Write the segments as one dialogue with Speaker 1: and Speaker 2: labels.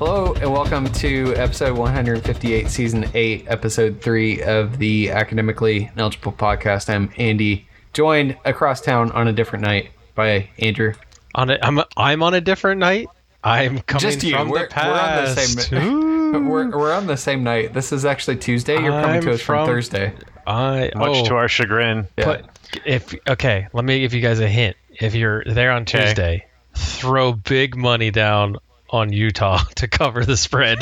Speaker 1: and welcome to episode 158, season 8, episode 3 of the Academically Eligible podcast. I'm Andy, joined across town on a different night by Andrew.
Speaker 2: On a, I'm I'm on a different night. I'm coming
Speaker 1: Just you.
Speaker 2: from
Speaker 1: We're- we're
Speaker 2: the
Speaker 1: on the same-
Speaker 2: past. Ooh.
Speaker 1: We're, we're on the same night. This is actually Tuesday. You're coming
Speaker 2: I'm
Speaker 1: to us from,
Speaker 2: from-
Speaker 1: Thursday.
Speaker 2: I,
Speaker 3: much
Speaker 2: oh,
Speaker 3: to our chagrin.
Speaker 1: Yeah.
Speaker 2: but if okay, let me give you guys a hint. If you're there on
Speaker 3: Okay.
Speaker 2: Tuesday, throw big money down on Utah to cover the spread.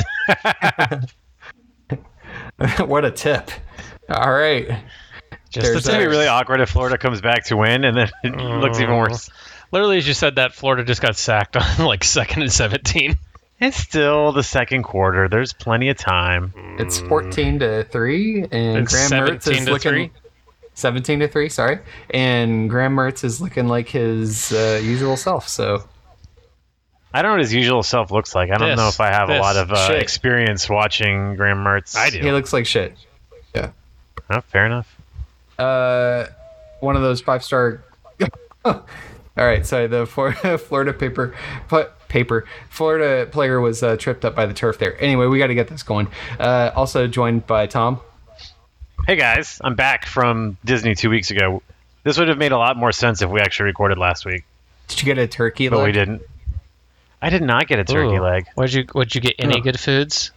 Speaker 1: what a tip. All right.
Speaker 2: Just
Speaker 1: There's
Speaker 2: the
Speaker 3: It's gonna be
Speaker 2: tips.
Speaker 3: really awkward if Florida comes back to win, and then it looks even worse.
Speaker 2: Literally, as you said that, Florida just got sacked on like second and seventeen.
Speaker 3: It's still the second quarter. There's plenty of time.
Speaker 1: It's 14 to 3, and
Speaker 2: It's
Speaker 1: Graham Mertz is
Speaker 2: 17 to
Speaker 1: looking.
Speaker 2: 3.
Speaker 1: 17 to 3, sorry. And Graham Mertz is looking like his uh, usual self, so.
Speaker 3: I don't know what his usual self looks like. I don't
Speaker 2: This-
Speaker 3: know if I have a
Speaker 2: this
Speaker 3: lot of uh,
Speaker 2: shit.
Speaker 3: experience watching Graham Mertz.
Speaker 2: I do.
Speaker 1: He looks like shit. Yeah.
Speaker 3: Oh, fair enough.
Speaker 1: Uh, one of those five star. All right, sorry. The Flor- Florida paper, put paper. Florida player was uh, tripped up by the turf there. Anyway, we got to get this going. Uh, also joined by Tom.
Speaker 3: Hey guys, I'm back from Disney two weeks ago. This would have made a lot more sense if we actually recorded last week,
Speaker 1: Did you get a turkey?
Speaker 3: but we
Speaker 1: leg?
Speaker 3: didn't. I did not get a turkey
Speaker 2: Ooh.
Speaker 3: leg.
Speaker 2: What'd you What'd you get? Any
Speaker 1: Huh.
Speaker 2: good foods?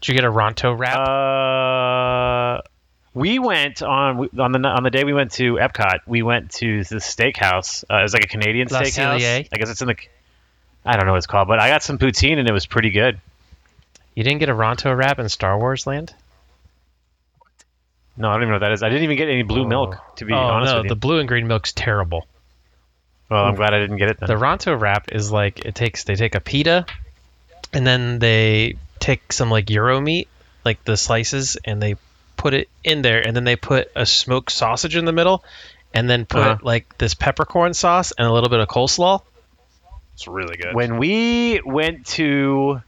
Speaker 2: Did you get a Ronto wrap?
Speaker 3: Uh, we went on on the on the day we went to Epcot. We went to the steakhouse. Uh, it was like a Canadian
Speaker 2: La
Speaker 3: steakhouse.
Speaker 2: Cellier?
Speaker 3: I guess it's in the. I don't know what it's called, but I got some poutine and it was pretty good.
Speaker 2: you didn't get a Ronto wrap in Star Wars Land?
Speaker 3: No, I don't even know what that is. I didn't even get any blue milk to be
Speaker 2: oh
Speaker 3: honest
Speaker 2: no,
Speaker 3: with
Speaker 2: the
Speaker 3: you.
Speaker 2: blue and green milk's terrible.
Speaker 3: well, I'm glad I didn't get it. Then.
Speaker 2: The Ronto wrap is like it takes they take a pita, and then they take some like Euro meat, like the slices, and they put it in there, and then they put a smoked sausage in the middle, and then put
Speaker 3: Uh-huh.
Speaker 2: like this peppercorn sauce and a little bit of coleslaw.
Speaker 4: It's really good.
Speaker 3: when we went to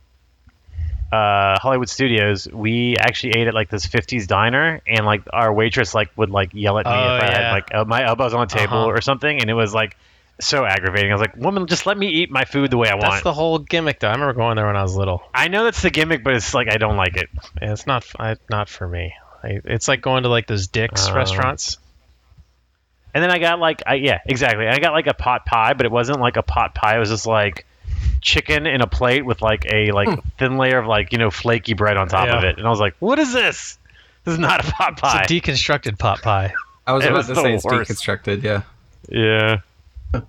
Speaker 3: uh, Hollywood Studios, we actually ate at like this '50s diner, and like our waitress like would like yell at me
Speaker 2: Oh,
Speaker 3: if I
Speaker 2: yeah.
Speaker 3: had like uh, my elbows on the table
Speaker 2: Uh-huh.
Speaker 3: or something, and it was like so aggravating. I was like, "Woman, just let me eat my food the way I
Speaker 2: That's
Speaker 3: want."
Speaker 2: the whole gimmick, though. I remember going there when I was little.
Speaker 3: I know that's the gimmick, but it's like I don't like it.
Speaker 2: And it's not f- I, not for me. I, it's like going to like those Dick's
Speaker 3: Oh.
Speaker 2: restaurants.
Speaker 3: And then I got like, I, yeah, exactly. I got like a pot pie, but it wasn't like a pot pie. It was just like chicken in a plate with like a like thin layer of like you know flaky bread on top of
Speaker 2: Hmm. Yeah.
Speaker 3: it, and I was like, "What is this? This is not a pot pie."
Speaker 2: It's a deconstructed pot pie.
Speaker 1: I was
Speaker 3: It
Speaker 1: about
Speaker 3: was
Speaker 1: to
Speaker 3: the
Speaker 1: say it's
Speaker 3: worst.
Speaker 1: deconstructed. Yeah.
Speaker 3: yeah.
Speaker 1: All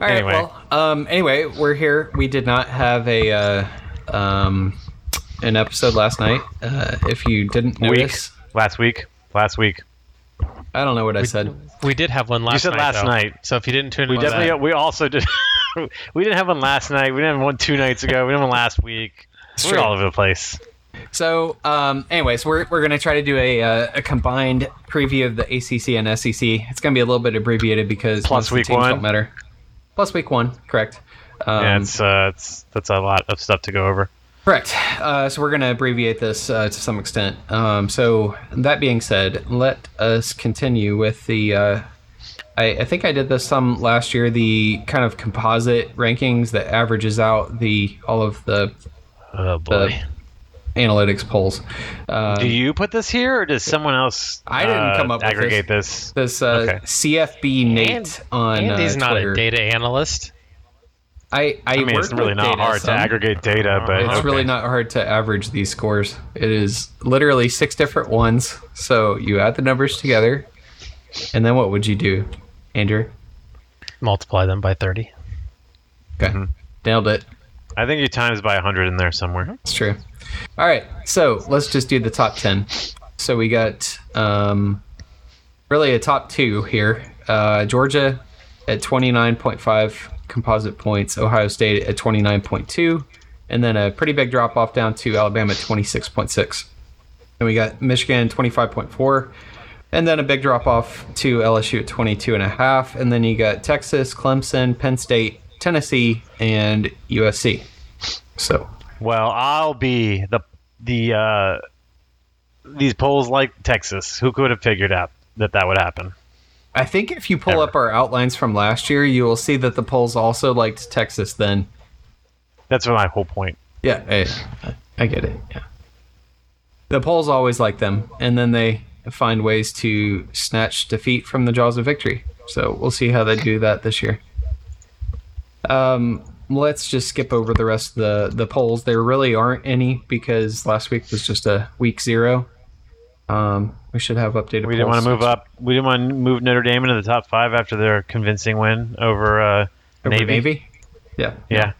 Speaker 1: right.
Speaker 3: Anyway.
Speaker 1: Well, um, anyway, we're here. We did not have a uh, um, an episode last night. Uh, if you didn't
Speaker 3: Week.
Speaker 1: notice,
Speaker 3: last week. Last week.
Speaker 1: I don't know what I said.
Speaker 2: We did have one last.
Speaker 3: said
Speaker 2: night,
Speaker 3: last
Speaker 2: though.
Speaker 3: night.
Speaker 2: So if you didn't tune
Speaker 3: We
Speaker 2: in,
Speaker 3: definitely. We also did. we didn't have one last night. We didn't have one two nights ago. We didn't have one last week. We're
Speaker 1: true.
Speaker 3: all over the place.
Speaker 1: So, um, anyways, we're, we're going to try to do a, uh, a combined preview of the ACC and SEC. It's going to be a little bit abbreviated because
Speaker 3: Plus
Speaker 1: most of the
Speaker 3: week
Speaker 1: teams
Speaker 3: one.
Speaker 1: don't matter. Plus week one, correct? Um,
Speaker 3: yeah, it's, uh, it's that's a lot of stuff to go over.
Speaker 1: Correct. Uh, so we're going to abbreviate this uh, to some extent. Um, so that being said, let us continue with the. Uh, I, I think I did this some last year. The kind of composite rankings that averages out the all of the
Speaker 2: Oh boy.
Speaker 1: analytics polls. Um,
Speaker 3: Do you put this here, or does someone else?
Speaker 1: I didn't
Speaker 3: uh,
Speaker 1: come up with
Speaker 3: aggregate this.
Speaker 1: this uh,
Speaker 3: Okay.
Speaker 1: CFB Nate
Speaker 2: And-
Speaker 1: on
Speaker 2: Andy's
Speaker 1: uh,
Speaker 2: not
Speaker 1: Twitter.
Speaker 2: a data analyst.
Speaker 1: I I,
Speaker 3: I mean, it's
Speaker 1: work
Speaker 3: really
Speaker 1: with
Speaker 3: not
Speaker 1: data
Speaker 3: hard
Speaker 1: some.
Speaker 3: to aggregate data, but
Speaker 1: It's
Speaker 3: okay.
Speaker 1: really not hard to average these scores. It is literally six different ones. So you add the numbers together, and then what would you do, Andrew?
Speaker 2: Multiply them by 30.
Speaker 1: Okay,
Speaker 3: Mm-hmm.
Speaker 1: nailed it.
Speaker 3: I think your times by hundred in there somewhere.
Speaker 1: It's true. All right, so let's just do the top ten. So we got um, really a top two here. Uh, Georgia at twenty nine point five composite points. Ohio State at twenty nine point two, and then a pretty big drop off down to Alabama at twenty six point six. And we got Michigan twenty five point four. And then a big drop off to LSU at 22 and a half. And then you got Texas, Clemson, Penn State, Tennessee, and USC. So
Speaker 3: Well, I'll be the the uh, these polls like Texas. Who could have figured out that that would happen?
Speaker 1: I think if you pull
Speaker 3: Ever.
Speaker 1: up our outlines from last year, you will see that the polls also liked Texas then.
Speaker 3: That's my whole point.
Speaker 1: Yeah. eh. I get it. Yeah. The Poles always like them, and then they find ways to snatch defeat from the jaws of victory. So we'll see how they do that this year. Um, let's just skip over the rest of the the polls. There really aren't any because last week was just a week zero. Um, we should have updated.
Speaker 3: We didn't want to move up. We didn't want to move Notre Dame into the top five after their convincing win over, uh,
Speaker 1: Navy.
Speaker 3: Navy.
Speaker 1: Navy. Yeah.
Speaker 3: Yeah.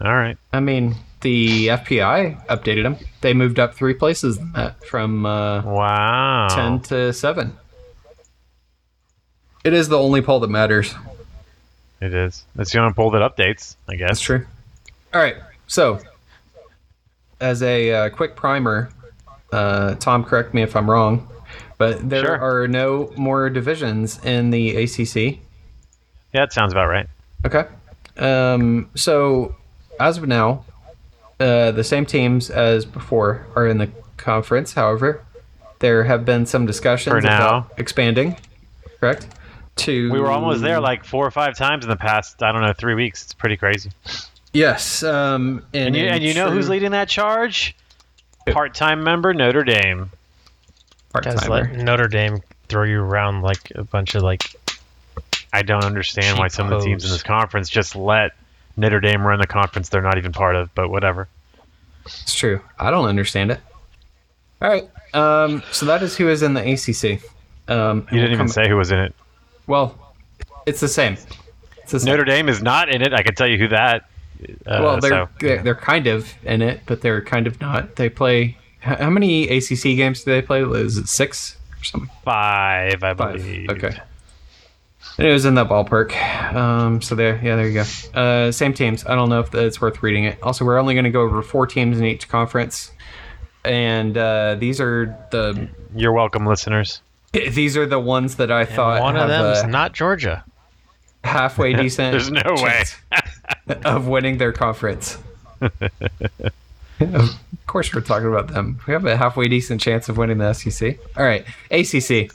Speaker 3: All right.
Speaker 1: I mean, the FPI updated them. They moved up three places uh, from uh,
Speaker 3: Wow.
Speaker 1: 10 to 7. It is the only poll that matters.
Speaker 3: It is. It's the only poll that updates, I guess.
Speaker 1: true. All right. So, as a uh, quick primer, uh, Tom, correct me if I'm wrong, but there
Speaker 3: Sure.
Speaker 1: are no more divisions in the ACC.
Speaker 3: Yeah, that sounds about right.
Speaker 1: Okay. Um, so, as of now, uh, the same teams as before are in the conference. However, there have been some discussions
Speaker 3: For now.
Speaker 1: about expanding. Correct. To
Speaker 3: We were almost there like four or five times in the past, I don't know, three weeks. It's pretty crazy.
Speaker 1: yes. Um, and,
Speaker 3: And you,
Speaker 1: in
Speaker 3: and you know
Speaker 1: true
Speaker 3: who's leading that charge? Part time member Notre Dame.
Speaker 2: Guys,
Speaker 1: part-timer.
Speaker 2: let Notre Dame throw you around like a bunch of like.
Speaker 3: I don't understand why
Speaker 2: Cheap
Speaker 3: some of the teams in
Speaker 2: hoes.
Speaker 3: this conference just let Notre Dame run the conference they're not even part of, but whatever.
Speaker 1: It's true. I don't understand it. All right. Um, so that is who is in the ACC. Um, and
Speaker 3: You didn't
Speaker 1: we'll
Speaker 3: even
Speaker 1: come-
Speaker 3: say who was in it.
Speaker 1: Well, it's the same. It's the same.
Speaker 3: Notre Dame is not in it. I can tell you who that. Uh,
Speaker 1: well, they're,
Speaker 3: so-
Speaker 1: they're they're kind of in it, but they're kind of not. They play h- how many ACC games do they play? Is it six or something?
Speaker 3: five, I
Speaker 1: Five.
Speaker 3: believe.
Speaker 1: Okay. And it was in that ballpark. Um, so there, yeah, there you go. Uh, same teams. I don't know if it's worth reading it. Also, we're only going to go over four teams in each conference, and uh, these are the
Speaker 3: You're welcome, listeners.
Speaker 1: these are the ones that Uh, I thought
Speaker 2: One of
Speaker 1: have
Speaker 2: them's
Speaker 1: a
Speaker 2: not Georgia.
Speaker 1: halfway decent.
Speaker 3: There's no way.
Speaker 1: chance of winning their conference. of course, we're talking about them. We have a halfway decent chance of winning the SEC. All right, ACC.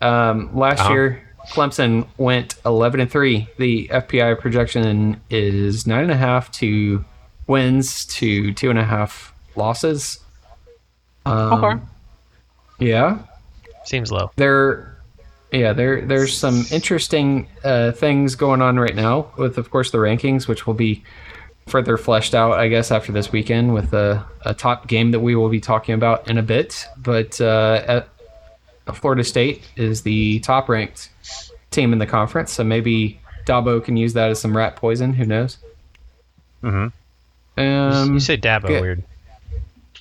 Speaker 1: Um, last
Speaker 3: Uh-huh.
Speaker 1: year, Clemson went 11 and three. The FPI projection is nine and a half to wins to two and a half losses. Um,
Speaker 3: Okay.
Speaker 1: Yeah,
Speaker 2: Seems low.
Speaker 1: there yeah there there's some interesting uh, things going on right now with of course the rankings which will be further fleshed out i guess after this weekend with a, a top game that we will be talking about in a bit but uh, at- florida state is the top ranked team in the conference so maybe dabo can use that as some rat poison who knows
Speaker 3: Mhm.
Speaker 1: um,
Speaker 2: you say Dabo
Speaker 1: yeah.
Speaker 2: weird.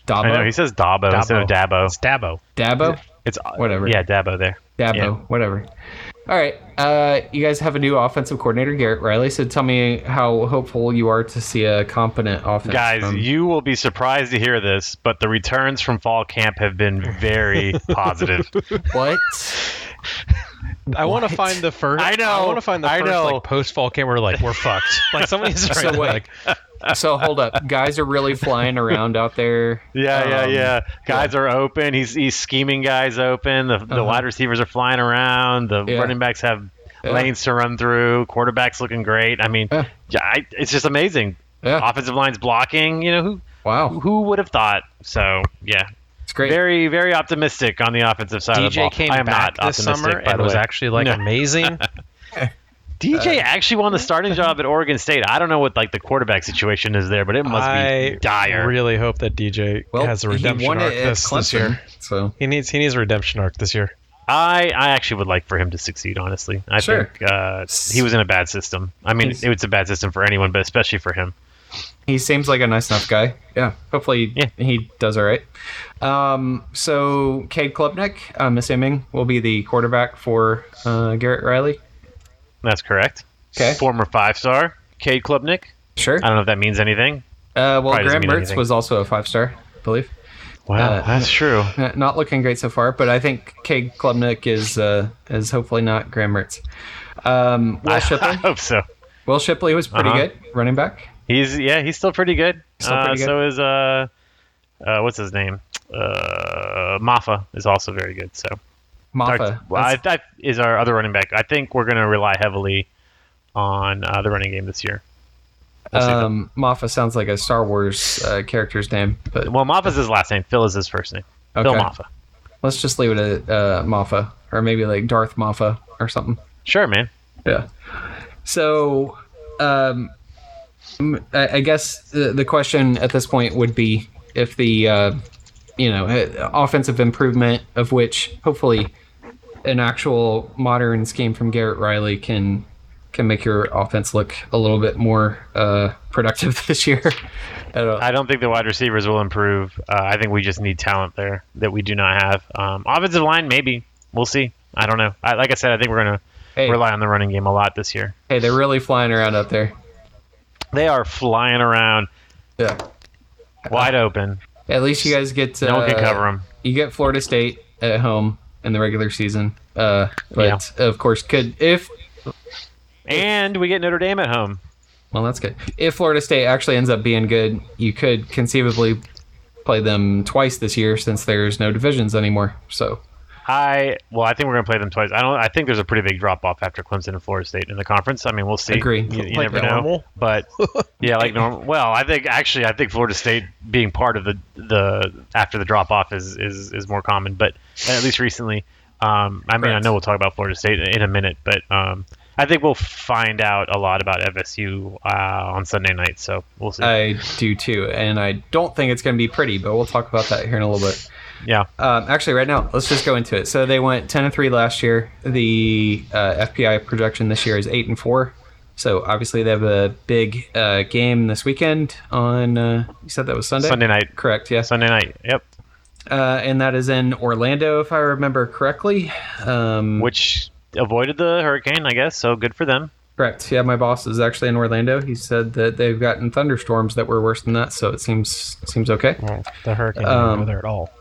Speaker 1: Dabo,
Speaker 3: I know he says Dabo, instead of Dabo.
Speaker 2: It's Dabo.
Speaker 1: Dabo,
Speaker 3: It's
Speaker 1: Whatever.
Speaker 3: Yeah, Dabo there.
Speaker 1: Dabo,
Speaker 3: Yeah.
Speaker 1: whatever. All right. Uh, you guys have a new offensive coordinator, Garrett Riley. So tell me how hopeful you are to see a competent offense.
Speaker 3: Guys,
Speaker 1: from-
Speaker 3: you will be surprised to hear this, but the returns from fall camp have been very positive.
Speaker 1: what?
Speaker 2: I want to find the first.
Speaker 3: I know,
Speaker 2: I want to find the
Speaker 3: I
Speaker 2: first
Speaker 3: know.
Speaker 2: like post fall camp where like we're fucked. Like somebody's right
Speaker 1: So
Speaker 2: there,
Speaker 1: wait.
Speaker 2: like
Speaker 1: so hold up, guys are really flying around out there.
Speaker 3: Yeah, yeah,
Speaker 1: Um,
Speaker 3: yeah. Guys are open. He's he's scheming guys open. The the
Speaker 1: Uh-huh.
Speaker 3: wide receivers are flying around. The
Speaker 1: Yeah.
Speaker 3: running backs have
Speaker 1: Yeah.
Speaker 3: lanes to run through. Quarterbacks looking great. I mean,
Speaker 1: Yeah.
Speaker 3: yeah, I, it's just amazing.
Speaker 1: Yeah.
Speaker 3: Offensive lines blocking. You know who
Speaker 1: Wow.
Speaker 3: who would have thought? So yeah,
Speaker 1: It's great.
Speaker 3: very very optimistic on the offensive side. of the ball.
Speaker 2: DJ came
Speaker 3: I am
Speaker 2: back
Speaker 3: not
Speaker 2: this
Speaker 3: optimistic,
Speaker 2: summer
Speaker 3: by
Speaker 2: and
Speaker 3: the
Speaker 2: was
Speaker 3: way.
Speaker 2: actually like
Speaker 3: No.
Speaker 2: amazing.
Speaker 3: DJ actually won the starting job at Oregon State. I don't know what like the quarterback situation is there, but it must
Speaker 2: I
Speaker 3: be dire.
Speaker 2: really hope that DJ
Speaker 1: well,
Speaker 2: has a
Speaker 1: he
Speaker 2: redemption
Speaker 1: won
Speaker 2: arc
Speaker 1: it at
Speaker 2: this, this year.
Speaker 1: Clemson. So
Speaker 2: He needs he needs a redemption arc this year.
Speaker 3: I, I actually would like for him to succeed. Honestly, I
Speaker 1: Sure.
Speaker 3: think uh, he was in a bad system. I mean,
Speaker 1: He's-
Speaker 3: it was a bad system for anyone, but especially for him.
Speaker 1: he seems like a nice enough guy. Yeah. Hopefully
Speaker 3: Yeah.
Speaker 1: he does all right. Um, so Cade Klubnik, I'm assuming, will be the quarterback for uh, Garrett Riley.
Speaker 3: That's correct.
Speaker 1: Okay.
Speaker 3: Former five star Cade Klubnik.
Speaker 1: Sure.
Speaker 3: I don't know if that means anything.
Speaker 1: Uh, well,
Speaker 3: Probably doesn't
Speaker 1: Graham
Speaker 3: mean
Speaker 1: Mertz
Speaker 3: anything.
Speaker 1: was also a five star, I believe.
Speaker 3: Wow,
Speaker 1: Uh,
Speaker 3: that's true.
Speaker 1: Uh, Not looking great so far, but I think Kay Klubnik is uh, is hopefully not Graham Mertz. Um, Will
Speaker 3: I, I
Speaker 1: Shipley.
Speaker 3: hope so.
Speaker 1: Will Shipley was pretty
Speaker 3: Uh-huh.
Speaker 1: good running back.
Speaker 3: He's yeah, he's still pretty good.
Speaker 1: Still
Speaker 3: uh,
Speaker 1: pretty good.
Speaker 3: So is uh, uh, what's his name? Uh, Maffa is also very good. So
Speaker 1: Maffa.
Speaker 3: Well, I,
Speaker 1: That's-
Speaker 3: I, is our other running back. I think we're going to rely heavily on uh, the running game this year. We'll see.
Speaker 1: um, Moffa sounds like a Star Wars uh, character's name, but
Speaker 3: well, Moffa's his last name. Phil is his first name. Phil
Speaker 1: Okay.
Speaker 3: Moffa.
Speaker 1: let's just leave it at uh, Moffa, or maybe like Darth Moffa or something.
Speaker 3: Sure, man.
Speaker 1: Yeah. So, um, m- I, I guess the, the question at this point would be if the, uh, you know, uh, offensive improvement of which hopefully an actual modern scheme from Garrett Riley can can make your offense look a little bit more uh, productive this year. I don't-
Speaker 3: I don't think the wide receivers will improve. Uh, I think we just need talent there that we do not have. Um, offensive line, maybe. We'll see. I don't know. I, like I said, I think we're going to
Speaker 1: hey,
Speaker 3: rely on the running game a lot this year.
Speaker 1: hey, they're really flying around out there.
Speaker 3: They are flying around
Speaker 1: Yeah.
Speaker 3: wide open.
Speaker 1: At least you guys get uh,
Speaker 3: No one can cover them.
Speaker 1: you get Florida State at home in the regular season. Uh, but of course, could if
Speaker 3: And we get Notre Dame at home.
Speaker 1: well, that's good. If Florida State actually ends up being good, you could conceivably play them twice this year since there's no divisions anymore. So
Speaker 3: I well, I think we're going to play them twice. I don't. I think there's a pretty big drop off after Clemson and Florida State in the conference. I mean, we'll see.
Speaker 1: Agree.
Speaker 3: You, you
Speaker 2: Like
Speaker 3: never know.
Speaker 2: normal?
Speaker 3: But yeah, like normal. Well, I think actually, I think Florida State being part of the the after the drop off is, is is more common. But at least recently, um, I mean, I
Speaker 1: Correct.
Speaker 3: know we'll talk about Florida State in a minute, but um, I think we'll find out a lot about FSU uh, on Sunday night. So we'll see.
Speaker 1: I do too, and I don't think it's going to be pretty, but we'll talk about that here in a little bit.
Speaker 3: yeah.
Speaker 1: Um, actually, right now, let's just go into it. So they went ten and three last year. The uh, FPI projection this year is eight and four. So obviously they have a big uh, game this weekend on. Uh, you said that was Sunday.
Speaker 3: Sunday night.
Speaker 1: Correct. Yes.
Speaker 3: Sunday night. Yep.
Speaker 1: Uh, and that is in Orlando, if I remember correctly. Um,
Speaker 3: Which avoided the hurricane, I guess. So good for them.
Speaker 1: correct. Yeah, my boss is actually in Orlando. He said that they've gotten thunderstorms that were worse than that, so it seems seems okay.
Speaker 2: Well, the hurricane
Speaker 1: Um,
Speaker 2: didn't go there at all.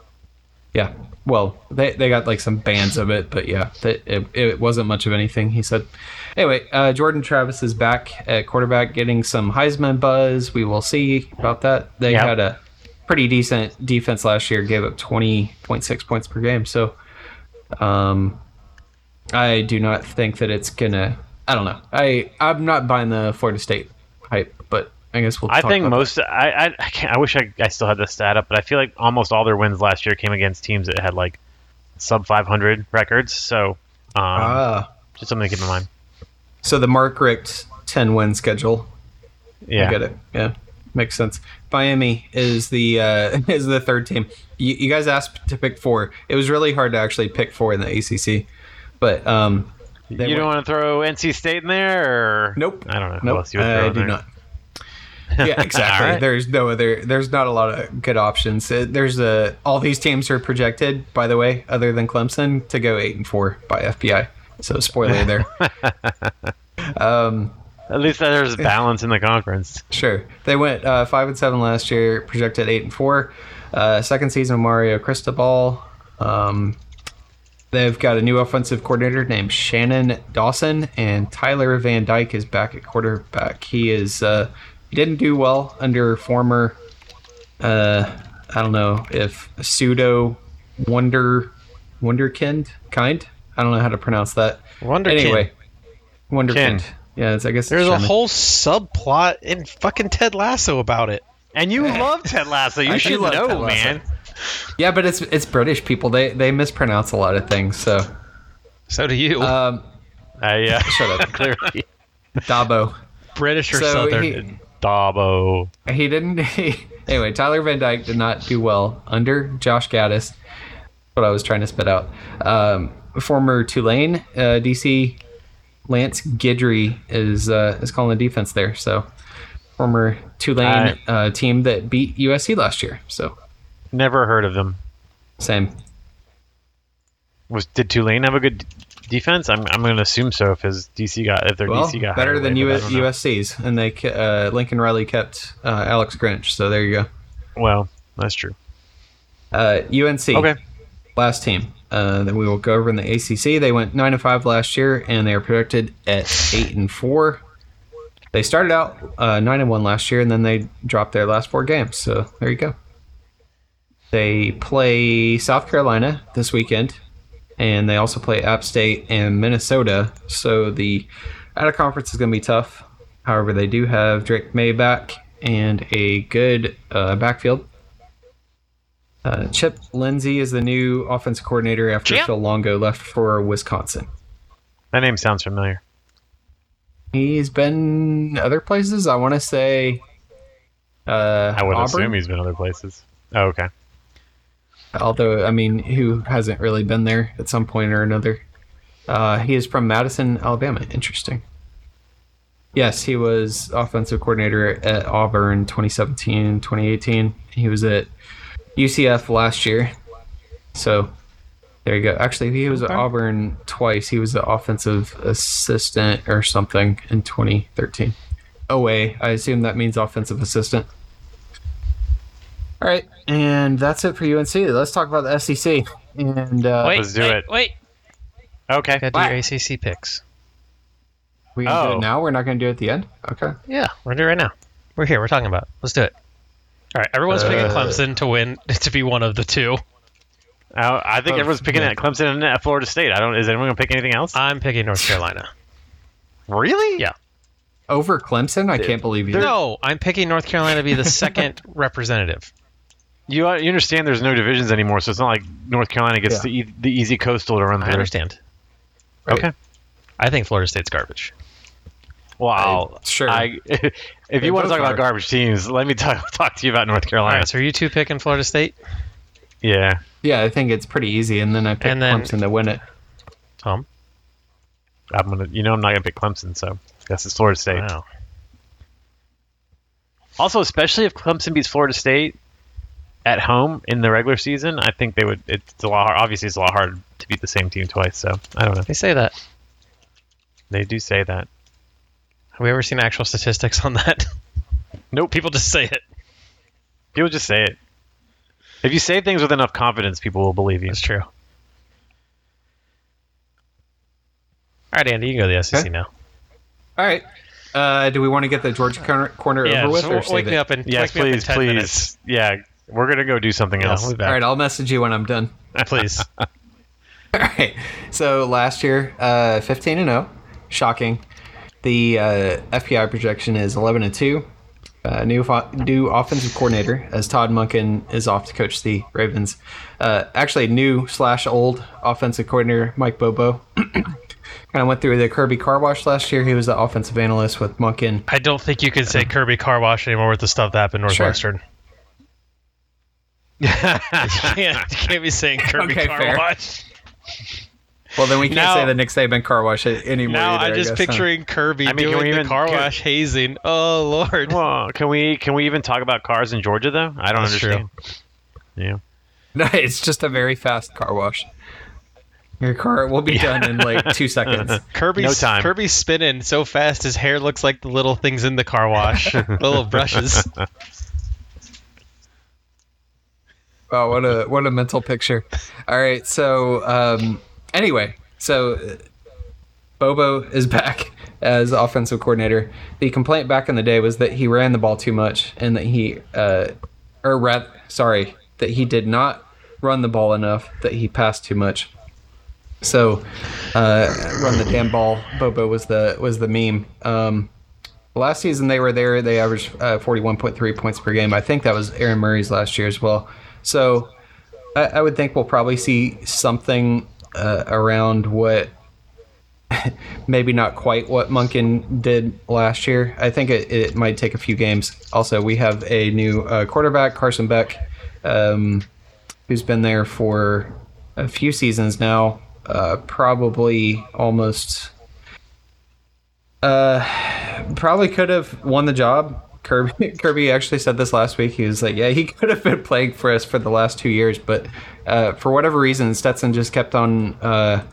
Speaker 1: Yeah. Well, they, they got like some bands of it, but yeah, that it, it wasn't much of anything, he said. Anyway, uh, Jordan Travis is back at quarterback, getting some Heisman buzz. We will see about that. They
Speaker 3: Yeah.
Speaker 1: had a pretty decent defense last year, gave up 20.6 points per game. So um, I do not think that it's going to. I don't know. I, I'm not buying the Florida State hype, but I guess we'll
Speaker 3: I
Speaker 1: talk
Speaker 3: think
Speaker 1: about
Speaker 3: most. I I, I, can't, I wish I, I still had this stat up, but I feel like almost all their wins last year came against teams that had like sub 500 records. So um,
Speaker 1: that. Ah.
Speaker 3: just something to keep in mind.
Speaker 1: So the Mark Richt 10 win schedule I get
Speaker 3: Yeah,
Speaker 1: it. Yeah, makes sense. Miami is the uh, is the third team. You, you guys asked to pick four. It was really hard to actually pick four in the ACC, but um,
Speaker 3: you
Speaker 1: they
Speaker 3: don't
Speaker 1: went-
Speaker 3: want to throw NC State in there. Or...
Speaker 1: Nope.
Speaker 3: I don't know. who
Speaker 1: Nope. Uh,
Speaker 3: else you would
Speaker 1: I
Speaker 3: throw in
Speaker 1: do
Speaker 3: there.
Speaker 1: not. yeah, exactly.
Speaker 3: All right.
Speaker 1: There's no other. There's not a lot of good options. Uh, There's a all these teams are projected, by the way, other than Clemson, to go eight and four by FBI. So spoiler there.
Speaker 3: At least there's balance in the conference.
Speaker 1: Sure. They went uh, five and seven last year, projected eight and four. Uh, second season of Mario Cristobal. Um, they've got a new offensive coordinator named Shannon Dawson, and Tyler Van Dyke is back at quarterback. He is uh, he didn't do well under former uh, I don't know if pseudo wonder wonderkind kind. I don't know how to pronounce that.
Speaker 2: Wonderkind.
Speaker 1: Anyway, wonderkind.
Speaker 3: Kind.
Speaker 1: Yeah, it's, I guess it's
Speaker 2: There's a
Speaker 1: Shannon.
Speaker 2: whole subplot in fucking Ted Lasso about it.
Speaker 3: And you love Ted Lasso.
Speaker 1: I
Speaker 3: You
Speaker 1: do
Speaker 3: should
Speaker 1: love Ted
Speaker 3: know,
Speaker 1: Lasso.
Speaker 3: man.
Speaker 1: Yeah, but it's it's British people. They they mispronounce a lot of things. So
Speaker 2: So do you.
Speaker 1: um,
Speaker 3: Uh, yeah.
Speaker 1: shut up,
Speaker 3: Clearly.
Speaker 1: Dabo.
Speaker 2: British or
Speaker 1: So
Speaker 2: Southern?
Speaker 1: he,
Speaker 3: Dabo.
Speaker 1: he didn't. He, anyway, Tyler Van Dyke did not do well under Josh Gaddis. What I was trying to spit out. Um, former Tulane uh, DC Lance Guidry is uh, is calling the defense there. So former Tulane
Speaker 3: Aye.
Speaker 1: uh, team that beat USC last year. So
Speaker 3: Never heard of them.
Speaker 1: same.
Speaker 3: Was did Tulane have a good d- defense? I'm, I'm going to assume so if his DC got if their
Speaker 1: Well,
Speaker 3: DC got
Speaker 1: better
Speaker 3: hired
Speaker 1: than
Speaker 3: away, but I don't know.
Speaker 1: USC's, and they ke- uh, Lincoln Riley kept uh, Alex Grinch. So there you go.
Speaker 3: Well, that's true.
Speaker 1: Uh, UNC.
Speaker 3: Okay.
Speaker 1: Last team. Uh, then we will go over in the ACC. They went nine and five last year, and they are projected at eight and four. They started out uh, nine and one last year, and then they dropped their last four games. So there you go. They play South Carolina this weekend, and they also play App State and Minnesota. So the out of conference is going to be tough. However, they do have Drake May back and a good uh, backfield. Uh, Chip Lindsey is the new offense coordinator after
Speaker 2: Chip.
Speaker 1: Phil Longo left for Wisconsin.
Speaker 3: That name sounds familiar.
Speaker 1: He's been other places. I want to say uh,
Speaker 3: I would
Speaker 1: Auburn.
Speaker 3: assume he's been other places. Oh, okay.
Speaker 1: although I mean, who hasn't really been there at some point or another? Uh, he is from Madison, Alabama. Interesting. Yes, he was offensive coordinator at Auburn 2017, 2018. He was at UCF last year. So there you go. Actually, he was at Auburn twice. He was the offensive assistant or something in 2013. Oh, wait. I assume that means offensive assistant. All right. And that's it for UNC. Let's talk about the SEC. And uh,
Speaker 2: wait,
Speaker 3: let's do
Speaker 2: wait,
Speaker 3: it.
Speaker 2: Wait,
Speaker 3: Okay.
Speaker 2: gotta
Speaker 1: What?
Speaker 2: do your ACC picks.
Speaker 1: we can do
Speaker 3: Oh.
Speaker 1: it now. We're not going to do it at the end. Okay.
Speaker 2: Yeah, we're doing it right now. We're here. We're talking about. It. Let's do it. All right, everyone's picking
Speaker 1: Uh,
Speaker 2: Clemson to win to be one of the two.
Speaker 3: I, I think
Speaker 1: Oh,
Speaker 3: everyone's picking
Speaker 1: yeah. Uh,
Speaker 3: at Clemson and at Florida State. I don't. Is anyone gonna pick anything else?
Speaker 2: I'm picking North Carolina.
Speaker 3: really?
Speaker 2: Yeah.
Speaker 1: Over Clemson? I can't believe you.
Speaker 2: No, I'm picking North Carolina to be the second representative.
Speaker 3: You, uh, you understand there's no divisions anymore, so it's not like North Carolina gets
Speaker 1: Yeah.
Speaker 3: the, e- the easy coastal to run
Speaker 2: I
Speaker 3: through.
Speaker 2: understand.
Speaker 1: Right.
Speaker 3: Okay.
Speaker 2: I think Florida State's garbage.
Speaker 3: Wow.
Speaker 1: I- sure.
Speaker 3: I, if you want to
Speaker 1: both
Speaker 3: talk about
Speaker 1: are.
Speaker 3: garbage teams, let me talk talk to you about North
Speaker 2: All
Speaker 3: Carolina.
Speaker 2: right, so are you two picking Florida State?
Speaker 3: Yeah.
Speaker 1: Yeah, I think it's pretty easy. And then I picked
Speaker 2: And then-
Speaker 1: Clemson to win it.
Speaker 2: Tom.
Speaker 3: I'm gonna. You know, I'm not gonna pick Clemson, so guess it's Florida State.
Speaker 2: Wow.
Speaker 3: Also, especially if Clemson beats Florida State at home in the regular season, I think they would. It's a lot. Hard, obviously, it's a lot harder to beat the same team twice. So I don't know.
Speaker 2: They say that.
Speaker 3: They do say that.
Speaker 2: Have we ever seen actual statistics on that?
Speaker 3: Nope.
Speaker 2: People just say it.
Speaker 3: People just say it. If you say things with enough confidence, people will believe you.
Speaker 2: That's true. All right, Andy, you can go to the
Speaker 3: E
Speaker 2: SEC
Speaker 1: Okay.
Speaker 2: now.
Speaker 1: All right. Uh, do we want to get the Georgia corner, corner
Speaker 2: yeah,
Speaker 1: over with?
Speaker 2: just
Speaker 1: or
Speaker 2: w-
Speaker 1: save
Speaker 2: wake
Speaker 1: it?
Speaker 2: me up and wake
Speaker 3: Yes,
Speaker 2: me up in
Speaker 3: please,
Speaker 2: 10
Speaker 3: please.
Speaker 2: minutes.
Speaker 3: Yeah, we're gonna go do something
Speaker 2: Yeah,
Speaker 3: else.
Speaker 2: we'll be
Speaker 1: All
Speaker 2: back.
Speaker 1: right, I'll message you when I'm done.
Speaker 2: Please.
Speaker 1: All right. So last year, uh, 15 and 0, shocking. The uh, FPI projection is 11 and 2. Uh, new fo- new offensive coordinator as Todd Munkin is off to coach the Ravens. Uh, actually, new slash old offensive coordinator Mike Bobo. kind of went through the Kirby Car Wash last year. He was the offensive analyst with Munkin.
Speaker 2: I don't think you can say Kirby Car Wash anymore with the stuff that happened in
Speaker 1: Sure.
Speaker 2: Northwestern. you, can't, you can't be saying Kirby
Speaker 1: Okay,
Speaker 2: Car
Speaker 1: fair.
Speaker 2: Wash.
Speaker 1: Well, then we can't
Speaker 2: Now-
Speaker 1: say the Nick Saban Car Wash anymore.
Speaker 2: Now
Speaker 1: either,
Speaker 2: I'm
Speaker 1: I
Speaker 2: just
Speaker 1: guess, huh?
Speaker 2: picturing Kirby
Speaker 3: I mean, can
Speaker 2: doing
Speaker 3: we
Speaker 2: the
Speaker 3: even-
Speaker 2: car
Speaker 3: can-
Speaker 2: wash hazing. Oh Lord.
Speaker 3: Well, can we can we even talk about cars in Georgia though? I don't
Speaker 2: That's true.
Speaker 3: understand. Yeah.
Speaker 1: No, it's just a very fast car wash. Your car will be done in like two seconds.
Speaker 2: Kirby's
Speaker 3: No time.
Speaker 2: Kirby's spinning so fast his hair looks like the little things in the car wash. little brushes.
Speaker 1: Wow, Oh, what a what a mental picture. All right, so um, anyway, so uh, Bobo is back as offensive coordinator. The complaint back in the day was that he ran the ball too much and that he, uh, or rather, sorry, that he did not run the ball enough. That he passed too much. So, uh, run the damn ball. Bobo was the was the meme. Um, last season they were there. They averaged uh, 41.3 points per game. I think that was Aaron Murray's last year as well. So, I, I would think we'll probably see something uh, around what, maybe not quite what Munkin did last year. I think it, it might take a few games. Also, we have a new uh, quarterback, Carson Beck, um, who's been there for a few seasons now. Uh, probably almost. Uh, probably could have won the job. Kirby Kirby actually said this last week. He was like, "Yeah, he could have been playing for us for the last two years, but uh, for whatever reason, Stetson just kept on." Uh,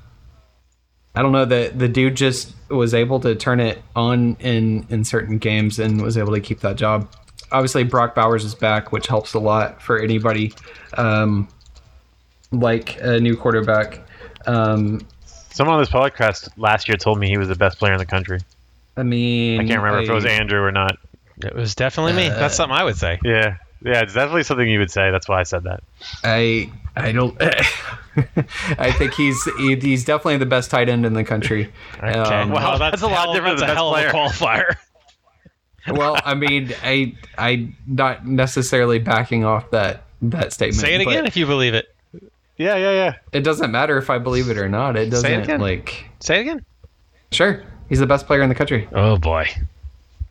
Speaker 1: I don't know. The the dude just was able to turn it on in in certain games and was able to keep that job. Obviously, Brock Bowers is back, which helps a lot for anybody um, like a new quarterback. Um,
Speaker 3: Someone on this podcast last year told me he was the best player in the country.
Speaker 1: I mean,
Speaker 3: I can't remember if it was
Speaker 1: I-
Speaker 3: Andrew or not.
Speaker 2: It was definitely me.
Speaker 1: Uh,
Speaker 2: That's something I would say.
Speaker 3: Yeah. Yeah, it's definitely something you would say. That's why I said that.
Speaker 1: I I don't. I think he's he- he's definitely the best tight end in the country.
Speaker 2: Okay.
Speaker 1: Um,
Speaker 2: wow,
Speaker 3: Well,
Speaker 2: that's,
Speaker 3: that's a lot
Speaker 2: hell-
Speaker 3: different
Speaker 2: That's
Speaker 3: than
Speaker 2: a hell of a
Speaker 3: best
Speaker 2: qualifier.
Speaker 1: Well, I mean, I I not necessarily backing off that that statement.
Speaker 2: Say it
Speaker 1: but
Speaker 2: again if you believe it.
Speaker 3: Yeah, yeah, yeah.
Speaker 1: It doesn't matter if I believe it or not. It doesn't
Speaker 2: again.
Speaker 1: like
Speaker 2: Say it again.
Speaker 1: sure. He's the best player in the country.
Speaker 2: Oh boy.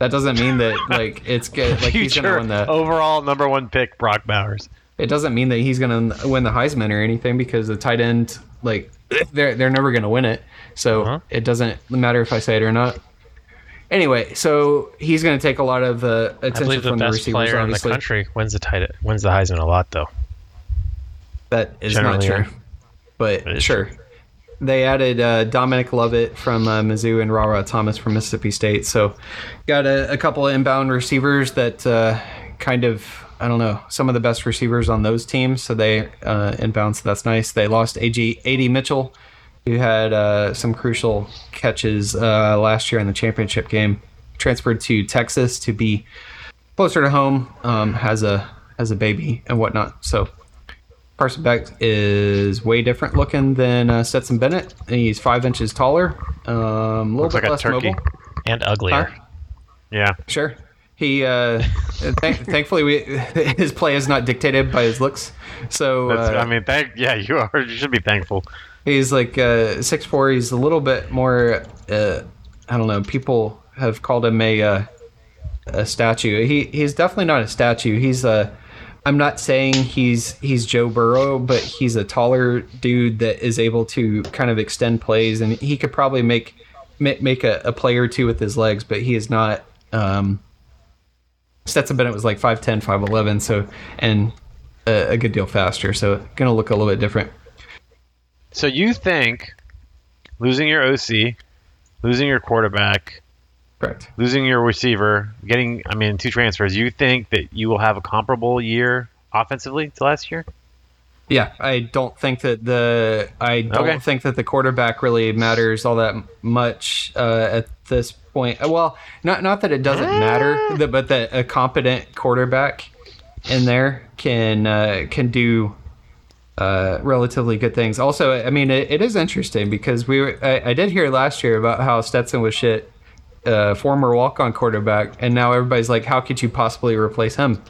Speaker 1: That doesn't mean that like it's good. Like he's gonna
Speaker 3: Future
Speaker 1: win
Speaker 2: Oh,
Speaker 1: the.
Speaker 3: overall number one pick, Brock Bowers.
Speaker 1: It doesn't mean that he's gonna win the Heisman or anything because the tight end like they're they're never gonna win it. So
Speaker 2: Uh-huh.
Speaker 1: it doesn't matter if I say it or not. Anyway, so he's gonna take a lot of uh,
Speaker 2: I
Speaker 1: attention
Speaker 2: believe the
Speaker 1: from the,
Speaker 2: best
Speaker 1: receivers.
Speaker 2: player in the
Speaker 1: obviously,
Speaker 2: country wins the tight wins the Heisman a lot though.
Speaker 1: That is not
Speaker 2: Generally,
Speaker 1: true.
Speaker 2: yeah.
Speaker 1: But
Speaker 2: It is
Speaker 1: sure. They added uh, Dominic Lovett from uh, Mizzou and Rara Thomas from Mississippi State. So got a, a couple of inbound receivers that uh, kind of, I don't know, some of the best receivers on those teams. So they uh, inbound, so that's nice. They lost AG, AD Mitchell, who had uh, some crucial catches uh, last year in the championship game. Transferred to Texas to be closer to home, um, has a has a baby and whatnot. So Carson Beck is way different looking than uh, Stetson Bennett. He's five inches taller, um, a little
Speaker 3: Looks
Speaker 1: bit
Speaker 3: like a
Speaker 1: less
Speaker 3: turkey.
Speaker 1: mobile.
Speaker 2: And uglier.
Speaker 1: Huh?
Speaker 3: Yeah.
Speaker 1: Sure. He uh, th- thankfully we, his play is not dictated by his looks. So
Speaker 3: That's,
Speaker 1: uh,
Speaker 3: I mean, thank. Yeah, you are. You should be thankful.
Speaker 1: he's like uh, six four. He's a little bit more. Uh, I don't know. People have called him a uh, a statue. He he's definitely not a statue. He's a. I'm not saying he's he's Joe Burrow, but he's a taller dude that is able to kind of extend plays, and he could probably make ma- make a, a play or two with his legs, but he is not. Um, Stetson Bennett was like 5'10", 5'11", so and uh, a, a good deal faster, so gonna look a little bit different.
Speaker 3: So you think losing your OC, losing your quarterback,
Speaker 1: Correct.
Speaker 3: losing your receiver, getting I mean two transfers, you think that you will have a comparable year offensively to last year?
Speaker 1: Yeah, I don't think that the I don't
Speaker 3: Okay.
Speaker 1: think that the quarterback really matters all that much uh, at this point. Uh, Well, not not that it doesn't
Speaker 3: Eh.
Speaker 1: matter, that- but that a competent quarterback in there can uh, can do uh, relatively good things. Also, I mean, it, it is interesting because we were, I, I did hear last year about how Stetson was shit, uh, former walk on quarterback, and now everybody's like, how could you possibly replace him?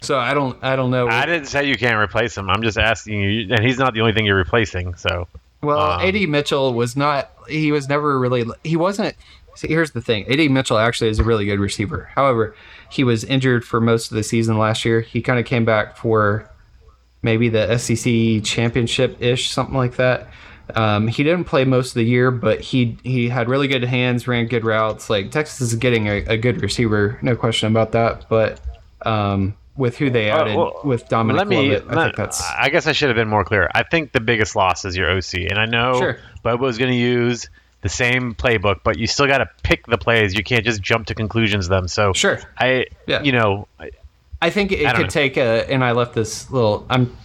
Speaker 1: So I don't I don't know.
Speaker 3: I didn't say you can't replace him. I'm just asking you, and he's not the only thing you're replacing. So
Speaker 1: Well,
Speaker 3: Um,
Speaker 1: Eddie Mitchell was not. He was never really. He wasn't. See, here's the thing. Eddie Mitchell actually is a really good receiver. However, he was injured for most of the season last year. He kind of came back for maybe the SEC championship ish, something like that. Um, he didn't play most of the year, but he he had really good hands, ran good routes. Like Texas is getting a, a good receiver, no question about that. But um, with who they added,
Speaker 3: Uh, well,
Speaker 1: with Dominic
Speaker 3: let me.
Speaker 1: Lovett, I
Speaker 3: let- uh,
Speaker 1: think that's
Speaker 3: I guess I should have been more clear. I think the biggest loss is your OC, and I know
Speaker 1: Sure.
Speaker 3: Bobo's going to use the same playbook, but you still got to pick the plays. You can't just jump to conclusions of them. So
Speaker 1: sure.
Speaker 3: I,
Speaker 1: Yeah.
Speaker 3: you know, I-
Speaker 1: I think it
Speaker 3: I don't
Speaker 1: could
Speaker 3: know.
Speaker 1: take a. And I left this little. I'm.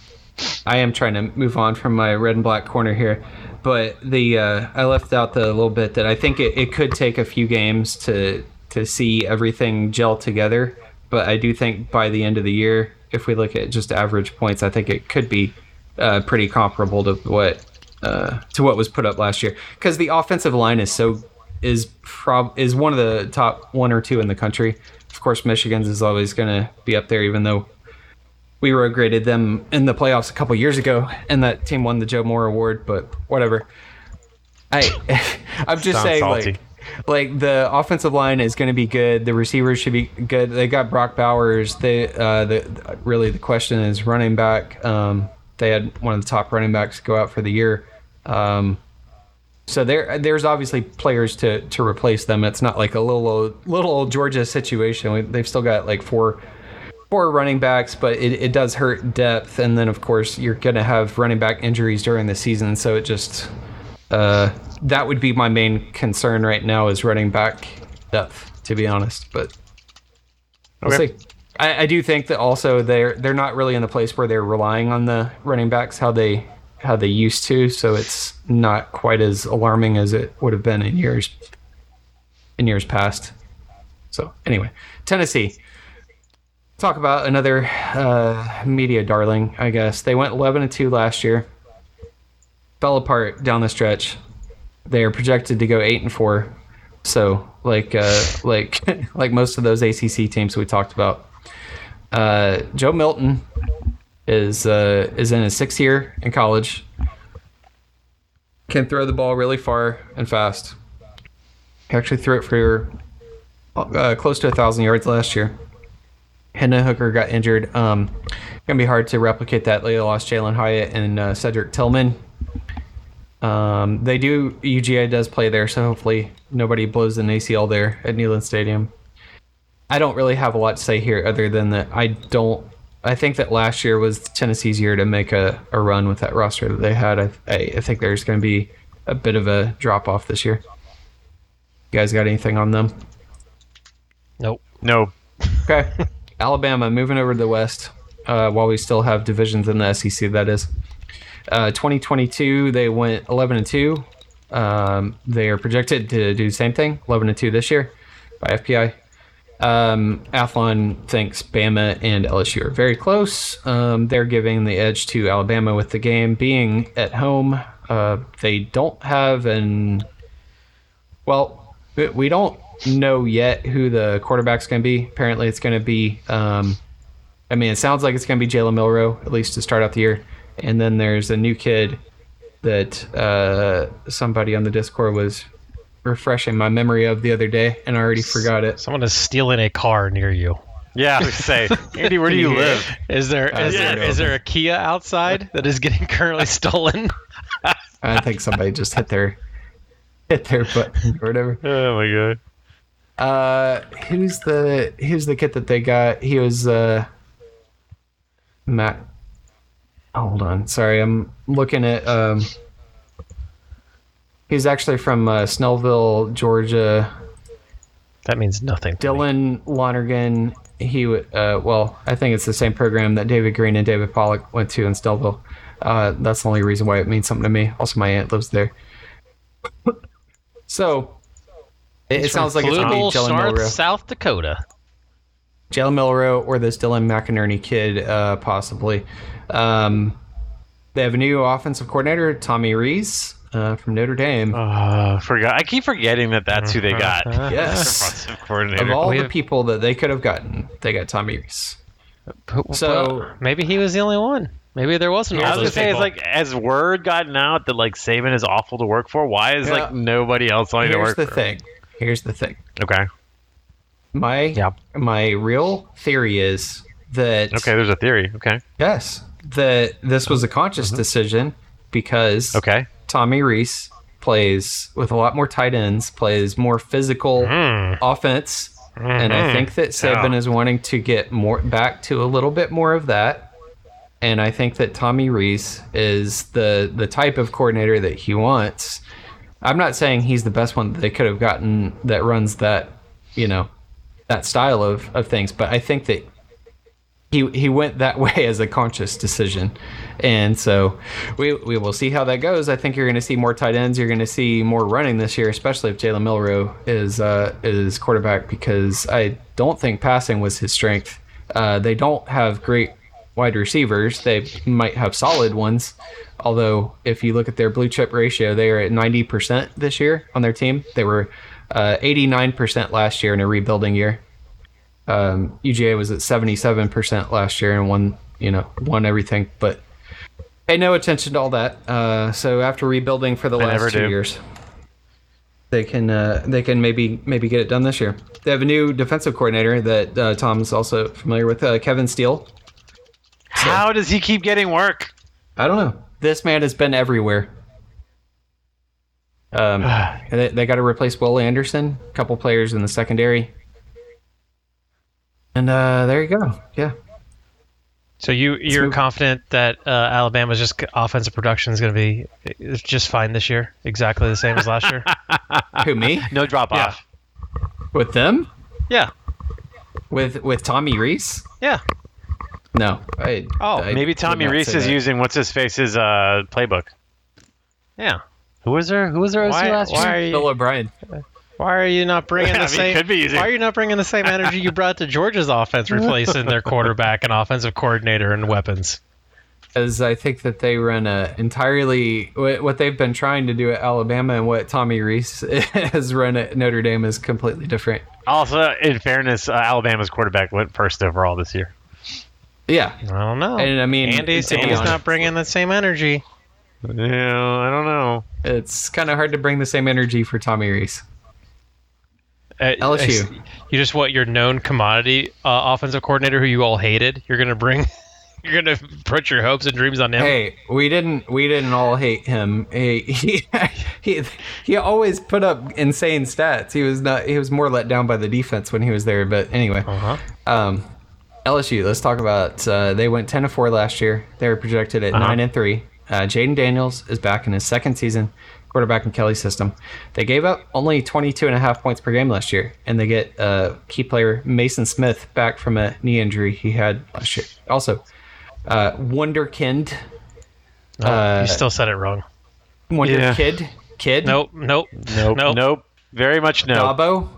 Speaker 1: I am trying to move on from my red and black corner here, but the uh, I left out the little bit that I think it, it could take a few games to to see everything gel together. But I do think by the end of the year, if we look at just average points, I think it could be uh, pretty comparable to what uh, to what was put up last year because the offensive line is so is prob is one of the top one or two in the country. Of course, Michigan's is always going to be up there, even though we regraded them in the playoffs a couple years ago, and that team won the Joe Moore Award. But whatever. I I'm just
Speaker 3: Sounds
Speaker 1: saying
Speaker 3: salty.
Speaker 1: like. Like the offensive line is going to be good. The receivers should be good. They got Brock Bowers. They uh, the really the question is running back. Um, they had one of the top running backs go out for the year. Um, so there, there's obviously players to to replace them. It's not like a little old, little old Georgia situation. We, they've still got like four four running backs, but it, it does hurt depth. And then of course you're gonna have running back injuries during the season, so it just uh, that would be my main concern right now is running back depth, to be honest. But we'll
Speaker 3: Okay.
Speaker 1: see. I, I do think that also they're they're not really in the place where they're relying on the running backs how they how they used to, so it's not quite as alarming as it would have been in years in years past. So anyway, Tennessee. Talk about another uh, media darling, I guess. They went 11 and 2 last year. Fell apart down the stretch. They are projected to go 8 and 4. So like uh, like like most of those ACC teams we talked about, uh, Joe Milton is uh, is in his sixth year in college. Can throw the ball really far and fast. He actually threw it for uh, close to a thousand yards last year. Hendon Hooker got injured. Um, gonna be hard to replicate that. They lost Jalen Hyatt and uh, Cedric Tillman. Um, they do UGA does play there, so hopefully nobody blows an ACL there at Neyland Stadium. I don't really have a lot to say here, other than that I don't. I think that last year was Tennessee's year to make a, a run with that roster that they had. I, I, I think there's going to be a bit of a drop off this year. You guys got anything on them?
Speaker 2: Nope.
Speaker 3: No,
Speaker 1: Okay. Alabama moving over to the West uh, while we still have divisions in the SEC, that is. Uh, 2022, they went 11 and 2. Um, they are projected to do the same thing, 11 and 2 this year by FPI. Um, Athlon thinks Bama and LSU are very close. Um, they're giving the edge to Alabama with the game being at home. Uh, they don't have an. Well, we- we don't know yet who the quarterback's going to be. Apparently, it's going to be. Um, I mean, it sounds like it's going to be Jalen Milrow at least to start out the year, and then there's a new kid that uh, somebody on the Discord was refreshing my memory of the other day, and I already forgot it.
Speaker 2: Someone is stealing a car near you.
Speaker 3: Yeah, I would say, Andy, where do you live?
Speaker 2: Is there
Speaker 1: Uh,
Speaker 2: is
Speaker 1: yeah.
Speaker 2: there is there a Kia outside that is getting currently stolen?
Speaker 1: I think somebody just hit their hit their button or whatever.
Speaker 3: Oh my god.
Speaker 1: Uh, who's the who's the kid that they got? He was uh, Matt. Oh, Hold on, sorry, I'm looking at um. He's actually from uh, Snellville, Georgia.
Speaker 2: That means nothing. to me.
Speaker 1: Dylan Lonergan. He w- uh, well, I think it's the same program that David Green and David Pollock went to in Snellville. Uh, that's the only reason why it means something to me. Also, my aunt lives there. so it, it sounds like it's gonna be
Speaker 2: Pflugerville,
Speaker 1: Dylan
Speaker 2: South-
Speaker 1: Milrow.
Speaker 2: South Dakota.
Speaker 1: Jalen Milrow or this Dylan McInerney kid, uh, possibly. Um, they have a new offensive coordinator, Tommy Reese uh, from Notre Dame.
Speaker 3: Uh, forgot. I keep forgetting that that's who they
Speaker 1: Uh-huh.
Speaker 3: got.
Speaker 1: yes.
Speaker 3: Offensive
Speaker 1: Of
Speaker 3: coordinator.
Speaker 1: all
Speaker 2: We
Speaker 1: the
Speaker 2: have-
Speaker 1: people that they could have gotten, they got Tommy Reese. So-
Speaker 2: Well, maybe he was the only one. Maybe there wasn't
Speaker 3: I
Speaker 2: all
Speaker 3: was gonna
Speaker 2: those
Speaker 3: say, it's
Speaker 2: people.
Speaker 3: like as word gotten out that like Saban is awful to work for. Why is
Speaker 1: Yeah.
Speaker 3: like nobody else wanting to
Speaker 1: Here's
Speaker 3: work?
Speaker 1: the
Speaker 3: for?
Speaker 1: thing. Here's the thing.
Speaker 3: Okay.
Speaker 1: My
Speaker 2: Yeah.
Speaker 1: my real theory is that
Speaker 3: Okay. There's a theory. Okay.
Speaker 1: yes, that this was a conscious decision because
Speaker 3: Mm-hmm. Okay.
Speaker 1: Tommy Reese plays with a lot more tight ends, plays more physical offense, and I think that Saban is wanting to get more back to a little bit more of that. And I think that Tommy Reese is the the type of coordinator that he wants. I'm not saying he's the best one that they could have gotten that runs that, you know, that style of, of things, but I think that he he went that way as a conscious decision, and so we we will see how that goes. I think you're going to see more tight ends. You're going to see more running this year, especially if Jalen Milrow is uh, is quarterback because I don't think passing was his strength. Uh, they don't have great wide receivers. They might have solid ones, although if you look at their blue chip ratio, they are at ninety percent this year on their team. They were eighty nine percent last year in a rebuilding year. Um, UGA was at 77% last year and won, you know, won everything, but pay no attention to all that. Uh, so after rebuilding for the
Speaker 3: never
Speaker 1: last two
Speaker 3: do.
Speaker 1: years, they can uh, they can maybe maybe get it done this year. They have a new defensive coordinator that uh, Tom's also familiar with, uh, Kevin Steele.
Speaker 3: How does he keep getting work?
Speaker 1: I don't know. This man has been everywhere. Um, and they, they got to replace Will Anderson, a couple players in the secondary, and uh, there you go. Yeah.
Speaker 2: so you you're
Speaker 1: move-
Speaker 2: confident that uh, Alabama's just offensive production is going to be it's just fine this year, exactly the same as last year.
Speaker 1: Who me?
Speaker 3: No drop
Speaker 2: Yeah.
Speaker 3: off.
Speaker 1: With them?
Speaker 2: yeah,
Speaker 1: With with Tommy Reese?
Speaker 2: yeah.
Speaker 1: No. I,
Speaker 2: Oh,
Speaker 1: I
Speaker 3: Maybe
Speaker 1: did
Speaker 3: Tommy
Speaker 1: not say
Speaker 3: Reese is
Speaker 1: that.
Speaker 3: using what's his face's uh, playbook.
Speaker 2: Yeah.
Speaker 3: Who was there? Who was there?
Speaker 2: Why,
Speaker 3: last year?
Speaker 2: why are
Speaker 1: Bill
Speaker 2: you,
Speaker 1: O'Brien.
Speaker 2: why are you not bringing the
Speaker 3: I mean,
Speaker 2: same?
Speaker 3: could be using-
Speaker 2: Why are you not bringing the same energy you brought to Georgia's offense, replacing their quarterback and offensive coordinator and weapons?
Speaker 1: as I think that they run a entirely what what they've been trying to do at Alabama and what Tommy Reese has run at Notre Dame is completely different.
Speaker 3: Also, in fairness, uh, Alabama's quarterback went first overall this year.
Speaker 1: Yeah,
Speaker 2: I don't know.
Speaker 1: and I mean,
Speaker 2: Andy's,
Speaker 1: to be
Speaker 2: Andy's
Speaker 1: honest,
Speaker 2: not bringing the same energy.
Speaker 3: Yeah, I don't know.
Speaker 1: It's kind of hard to bring the same energy for Tommy Reese.
Speaker 2: Uh,
Speaker 1: LSU.
Speaker 2: You just want your known commodity uh, offensive coordinator who you all hated. You're gonna bring. You're gonna put your hopes and dreams on him.
Speaker 1: Hey, we didn't we didn't all hate him. He he he, he always put up insane stats. He was not he was more let down by the defense when he was there. But anyway,
Speaker 2: Uh-huh.
Speaker 1: um, LSU. Let's talk about. Uh, they went ten to four last year. They were projected at nine and three. Uh, Jaden Daniels is back in his second season, quarterback in Kelly's system. They gave up only 22 and a half points per game last year, and they get uh, key player Mason Smith back from a knee injury he had last year. Also, uh, Wonderkind
Speaker 2: Oh,
Speaker 1: Uh,
Speaker 2: you still said it wrong.
Speaker 1: Wonder
Speaker 3: Yeah.
Speaker 1: Kid? Kid?
Speaker 2: Nope. Nope.
Speaker 3: Nope. Nope. Very much no.
Speaker 1: Dabo?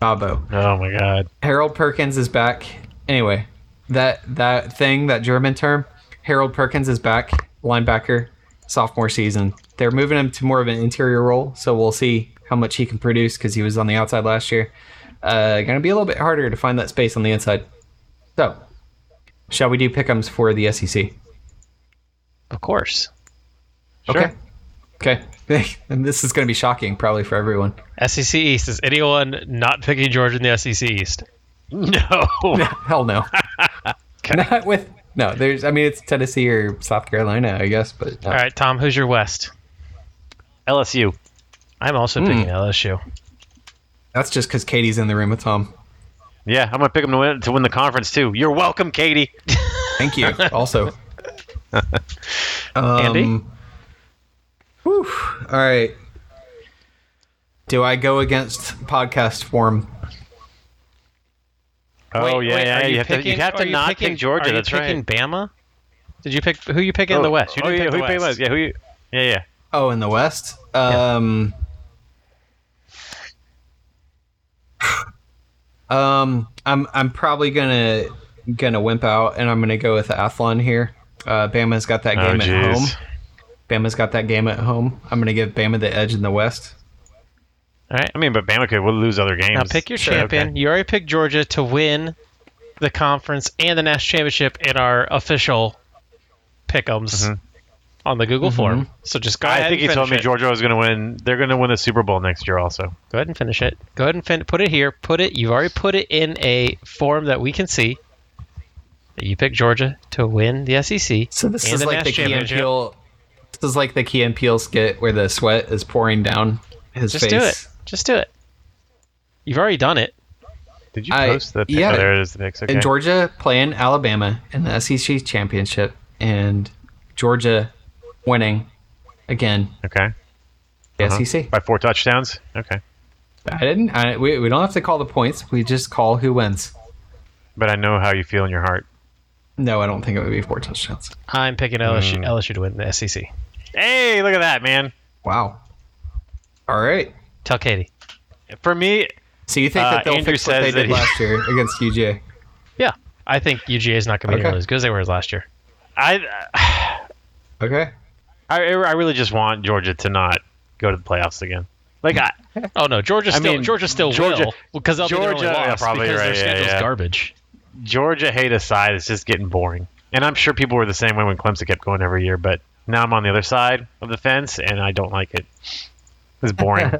Speaker 1: Dabo.
Speaker 3: Oh my god.
Speaker 1: Harold Perkins is back. Anyway, that that thing, that German term, Harold Perkins is back, linebacker, sophomore season. They're moving him to more of an interior role, so we'll see how much he can produce because he was on the outside last year. Uh, gonna be a little bit harder to find that space on the inside. So, shall we do pickums for the E SEC?
Speaker 2: Of course.
Speaker 1: Okay. Okay. and this is gonna be shocking probably for everyone.
Speaker 2: SEC E East is anyone not picking Georgia in the SEC East?
Speaker 3: No.
Speaker 1: Hell no. Not with no. There's. I mean, it's Tennessee or South Carolina, I guess. But uh, no.
Speaker 2: All right, Tom. Who's your West?
Speaker 3: LSU.
Speaker 2: I'm also picking
Speaker 3: Hmm.
Speaker 2: LSU.
Speaker 1: that's just because Katie's in the room with Tom.
Speaker 3: Yeah, I'm gonna pick them to win to win the conference too. You're welcome, Katie.
Speaker 1: Thank you. also. Um,
Speaker 2: Andy?
Speaker 1: whew, all right. Do I go against podcast form?
Speaker 3: oh
Speaker 2: Wait,
Speaker 3: yeah,
Speaker 2: wait,
Speaker 3: yeah.
Speaker 2: are
Speaker 3: You, have to you have
Speaker 2: are
Speaker 3: to
Speaker 2: you
Speaker 3: not
Speaker 2: picking-
Speaker 3: pick Georgia.
Speaker 2: Are
Speaker 3: That's
Speaker 2: you
Speaker 3: right.
Speaker 2: picking Bama? Did you pick who you pick in
Speaker 3: Oh,
Speaker 2: the West? You
Speaker 3: oh,
Speaker 2: didn't
Speaker 3: yeah,
Speaker 2: pick
Speaker 3: who
Speaker 2: the
Speaker 3: you pick
Speaker 2: West.
Speaker 3: Yeah, who you, yeah, yeah.
Speaker 1: Oh, in the West. Um. um, I'm I'm probably gonna gonna wimp out, and I'm gonna go with Athlon here. Uh, Bama's got that
Speaker 3: Oh
Speaker 1: game at
Speaker 3: jeez.
Speaker 1: home. Bama's got that game at home. I'm gonna give Bama the edge in the West.
Speaker 2: All right.
Speaker 3: I mean, but Bama could lose other games.
Speaker 2: Now pick your
Speaker 3: So,
Speaker 2: champion.
Speaker 3: okay.
Speaker 2: You already picked Georgia to win the conference and the national championship in our official pickums
Speaker 3: Mhm.
Speaker 2: on the Google form. So just go ahead.
Speaker 3: Mm-hmm. I think
Speaker 2: and
Speaker 3: he told me
Speaker 2: finish it.
Speaker 3: Georgia was going to win. They're going to win the Super Bowl next year, also.
Speaker 2: Go ahead and finish it. Go ahead and fin- put it here. Put it. You've already put it in a form that we can see. that You picked Georgia to win the E SEC.
Speaker 1: So this
Speaker 2: And
Speaker 1: is
Speaker 2: the
Speaker 1: like
Speaker 2: Nash
Speaker 1: the Key and
Speaker 2: championship.
Speaker 1: Peele. This is like the Key and Peele skit where the sweat is pouring down his
Speaker 2: Just
Speaker 1: face.
Speaker 2: do it. Just do it. You've already done it.
Speaker 3: Did you
Speaker 1: I-
Speaker 3: post the? Pick?
Speaker 1: yeah.
Speaker 3: Oh, there it is. The picks. Okay.
Speaker 1: And Georgia playing Alabama in the SEC championship, and Georgia winning again
Speaker 3: okay.
Speaker 1: the
Speaker 3: Uh-huh.
Speaker 1: SEC.
Speaker 3: By four touchdowns. Okay.
Speaker 1: I didn't. I, we, we don't have to call the points. We just call who wins.
Speaker 3: But I know how you feel in your heart.
Speaker 1: No, I don't think it would be four touchdowns.
Speaker 2: I'm picking LSU,
Speaker 3: Hmm.
Speaker 2: LSU to win the E SEC.
Speaker 3: Hey, look at that, man.
Speaker 1: Wow. All right.
Speaker 2: Tell Katie.
Speaker 3: For me,
Speaker 1: So you think
Speaker 3: Uh,
Speaker 1: that they'll
Speaker 3: Andrew
Speaker 1: fix what
Speaker 3: says
Speaker 1: they
Speaker 3: that
Speaker 1: did
Speaker 3: he-
Speaker 1: last year against UGA?
Speaker 2: Yeah, I think UGA is not going to be
Speaker 1: Okay.
Speaker 2: nearly as good as they were last year.
Speaker 3: I
Speaker 1: Okay.
Speaker 3: I, I really just want Georgia to not go to the playoffs again. Like I,
Speaker 2: Oh no, Georgia
Speaker 3: I
Speaker 2: still
Speaker 3: mean,
Speaker 2: Georgia still
Speaker 3: Georgia-
Speaker 2: will because they'll be their
Speaker 3: Georgia-
Speaker 2: only
Speaker 3: yeah,
Speaker 2: loss
Speaker 3: probably
Speaker 2: because their
Speaker 3: right, yeah,
Speaker 2: schedule's
Speaker 3: yeah.
Speaker 2: garbage.
Speaker 3: Georgia hate aside, it's just getting boring. And I'm sure people were the same way when Clemson kept going every year, but now I'm on the other side of the fence and I don't like it. It's boring.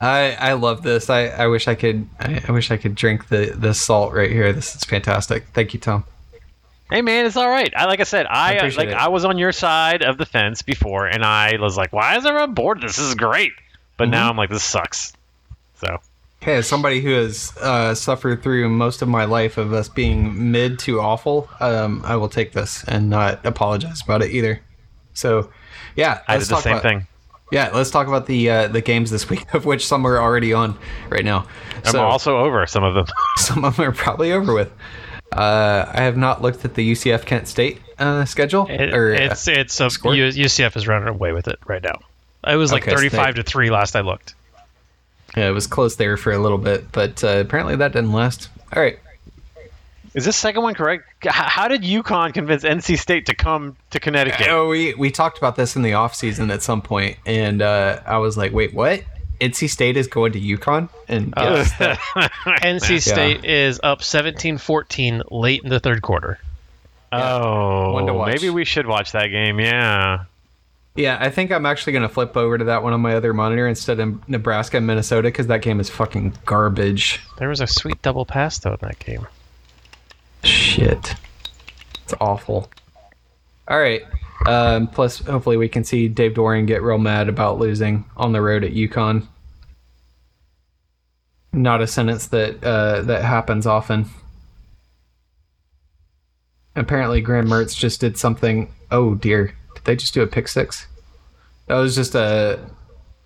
Speaker 1: I I love this. I, I wish I could I, I wish I could drink the this salt right here. This is fantastic. Thank you, Tom.
Speaker 3: hey man, it's all right. I like I said, I, uh
Speaker 1: appreciate it.
Speaker 3: like I was on your side of the fence before and I was like, why is everyone bored? This is great. But
Speaker 2: Mm-hmm.
Speaker 3: now I'm like this sucks. So,
Speaker 1: Hey, as somebody who has uh, suffered through most of my life of us being mid to awful, um, I will take this and not apologize about it either. So, yeah,
Speaker 3: I did the
Speaker 1: talk
Speaker 3: same
Speaker 1: about-
Speaker 3: thing.
Speaker 1: Yeah, let's talk about the uh, the games this week, of which some are already on right now. So
Speaker 3: I'm also over some of them.
Speaker 1: some of them are probably over with. Uh, I have not looked at the UCF Kent State uh, schedule.
Speaker 2: It-
Speaker 1: or, uh,
Speaker 2: it's it's a,
Speaker 1: score?
Speaker 2: U- UCF is running away with it right now. It was like
Speaker 1: Okay, so they-
Speaker 2: 35 to three last I looked.
Speaker 1: Yeah, it was close there for a little bit, but uh, apparently that didn't last. All right.
Speaker 3: Is this second one correct? H- How did UConn convince NC State to come to Connecticut?
Speaker 1: Oh, we we talked about this in the off season at some point, and uh, I was like, "Wait, what? NC State is going to UConn?" And
Speaker 3: Oh.
Speaker 1: yes, that-
Speaker 2: NC State is up 17-14 late in the third quarter.
Speaker 3: Oh,
Speaker 1: One to watch. Mm-hmm.
Speaker 3: maybe we should watch that game. Yeah,
Speaker 1: yeah, I think I'm actually going to flip over to that one on my other monitor instead of Nebraska and Minnesota because that game is fucking garbage.
Speaker 2: There was a sweet double pass though in that game.
Speaker 1: Shit, it's awful. All right. Um, plus, hopefully, we can see Dave Doran get real mad about losing on the road at UConn. Not a sentence that uh, that happens often. Apparently, Graham Mertz just did something. Oh dear! Did they just do a pick six? That was just a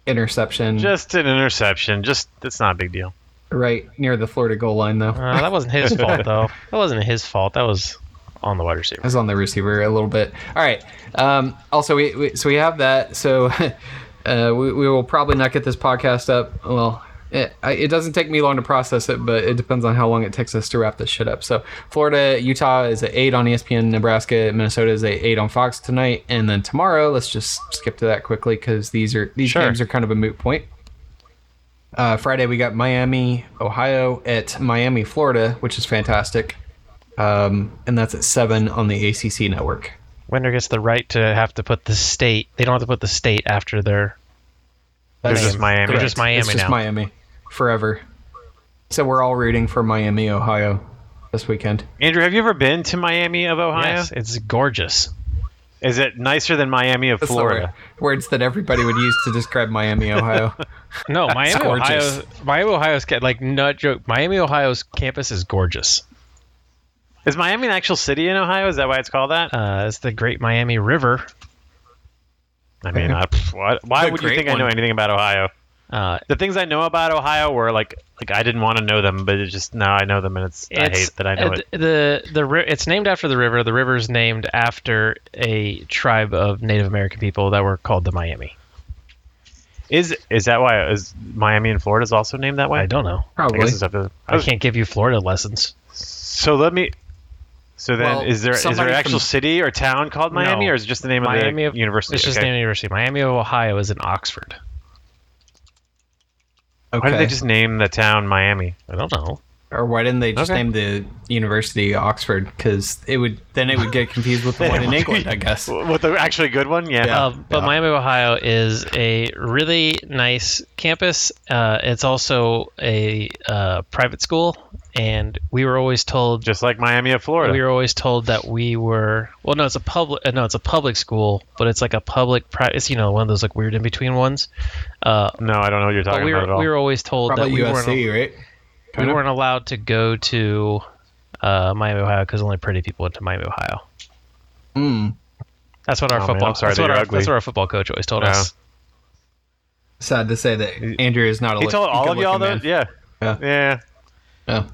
Speaker 1: interception,
Speaker 3: just an interception. Just that's not a big deal.
Speaker 1: right near the Florida goal line, though.
Speaker 2: Uh, that wasn't his fault though. That wasn't his fault. That was on the wide
Speaker 1: I
Speaker 2: receiver.
Speaker 1: was on the receiver a little bit. All right. Um, also, we, we so we have that. So uh, we, we will probably not get this podcast up. Well, it, I- it doesn't take me long to process it, but it depends on how long it takes us to wrap this shit up. So Florida, Utah is at eight on E ESPN. Nebraska, Minnesota is at eight on Fox tonight, and then tomorrow. Let's just skip to that quickly because these are these
Speaker 2: Sure.
Speaker 1: games are kind of a moot point. Uh, Friday we got Miami, Ohio at Miami, Florida, which is fantastic um, and that's at seven on the ACC network.
Speaker 2: Winner gets the right to have to put the state. They don't have to put the state after their
Speaker 3: There's
Speaker 1: That's
Speaker 3: just Miami.
Speaker 2: They're just Miami
Speaker 1: it's just
Speaker 2: now.
Speaker 1: Miami forever. So we're all rooting for Miami, Ohio, this weekend.
Speaker 3: Andrew, have you ever been to Miami of Ohio?
Speaker 2: Yes, it's gorgeous.
Speaker 3: Is it nicer than Miami of
Speaker 1: That's the
Speaker 3: Florida?
Speaker 1: word- words that everybody would use to describe Miami, Ohio.
Speaker 2: No, Miami,
Speaker 1: gorgeous.
Speaker 2: Ohio, Miami, Ohio's ca- like nut joke. Miami, Ohio's campus is gorgeous.
Speaker 3: Is Miami an actual city in Ohio? Is that why it's called that?
Speaker 2: Uh, it's the Great Miami River.
Speaker 3: I mean, I, pff, what, why
Speaker 1: The
Speaker 3: would you
Speaker 1: great
Speaker 3: think I know
Speaker 1: one.
Speaker 3: anything about Ohio?
Speaker 2: Uh,
Speaker 3: The things I know about Ohio were like, like I didn't want to know them, but it just now I know them, and it's, I hate that I know
Speaker 2: uh,
Speaker 3: it.
Speaker 2: The the ri- it's named after the river. The river is named after a tribe of Native American people that were called the Miami.
Speaker 3: Is is that why is Miami and Florida is also named that way?
Speaker 2: I don't know.
Speaker 3: I
Speaker 1: Probably.
Speaker 3: guess it's up to.
Speaker 2: I can't give you Florida lessons.
Speaker 3: So let me. So then,
Speaker 1: Well,
Speaker 3: is there is there
Speaker 1: somebody
Speaker 3: an actual
Speaker 1: from-
Speaker 3: city or town called Miami,
Speaker 2: No.
Speaker 3: or is it just the name
Speaker 2: Miami
Speaker 3: of
Speaker 2: of-
Speaker 3: the university?
Speaker 2: It's just
Speaker 3: Okay.
Speaker 2: named University. Miami of Ohio is in Oxford.
Speaker 3: Why
Speaker 1: Okay.
Speaker 3: did they just name the town Miami?
Speaker 2: I don't know.
Speaker 1: or why didn't they just
Speaker 3: Okay.
Speaker 1: name the university Oxford? Because it would then it would get confused with the one in England, I guess.
Speaker 3: W- What the actually good one? Yeah.
Speaker 1: Yeah.
Speaker 2: Uh, but
Speaker 1: yeah.
Speaker 2: Miami of Ohio is a really nice campus. Uh, it's also a uh, private school, and we were always told
Speaker 3: Just like Miami of Florida.
Speaker 2: We were always told that we were well. No, it's a public. Uh, no, it's a public school, but it's like a public. Pri- it's you know one of those like weird in between ones. Uh,
Speaker 3: no, I don't know what you're
Speaker 2: but
Speaker 3: talking
Speaker 2: we
Speaker 3: about at
Speaker 2: were
Speaker 3: all.
Speaker 2: we were always told
Speaker 1: Probably
Speaker 2: that we weren't,
Speaker 1: USC, right?
Speaker 2: we
Speaker 1: Kind of.
Speaker 2: weren't allowed to go to uh, Miami, Ohio, because only pretty people went to Miami, Ohio.
Speaker 1: Mm.
Speaker 2: That's what our
Speaker 3: Hmm. Oh, man,
Speaker 2: football.
Speaker 3: I'm sorry
Speaker 2: that's,
Speaker 3: that
Speaker 2: what
Speaker 3: you're
Speaker 2: our,
Speaker 3: ugly.
Speaker 2: that's what our football coach always told
Speaker 3: Yeah.
Speaker 2: us.
Speaker 1: Sad to say that Andrew is not a
Speaker 3: he
Speaker 1: look-
Speaker 3: told all of
Speaker 1: good-looking
Speaker 3: y'all
Speaker 1: man. Oh.
Speaker 3: those. Yeah.
Speaker 1: Yeah.
Speaker 3: Yeah.
Speaker 1: Yeah.
Speaker 3: Th-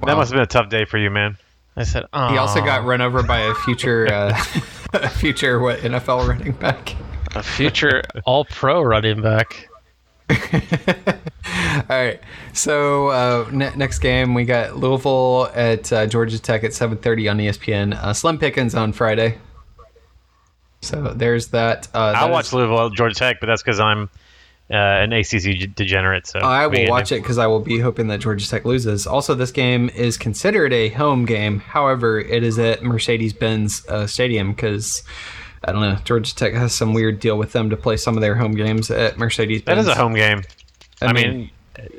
Speaker 1: Wow.
Speaker 3: That must have been a tough day for you, man.
Speaker 2: I said. Oh.
Speaker 1: He also got run over by a future, uh, a future what NFL running back.
Speaker 2: a future All Pro running back.
Speaker 1: All right. So uh, ne- next game we got Louisville at uh, Georgia Tech at 7:30 on ESPN. Uh, Slim Pickens on Friday. So there's that. Uh,
Speaker 3: I
Speaker 1: that
Speaker 3: watched
Speaker 1: is-
Speaker 3: Louisville Georgia Tech, but that's because I'm uh, an ACC g- degenerate. So
Speaker 1: I
Speaker 3: what are you
Speaker 1: will
Speaker 3: gonna
Speaker 1: watch
Speaker 3: do?
Speaker 1: it because I will be hoping that Georgia Tech loses. Also, this game is considered a home game. However, it is at Mercedes-Benz uh, Stadium because I don't know Georgia Tech has some weird deal with them to play some of their home games at Mercedes-Benz.
Speaker 3: That is a home game. I, mean,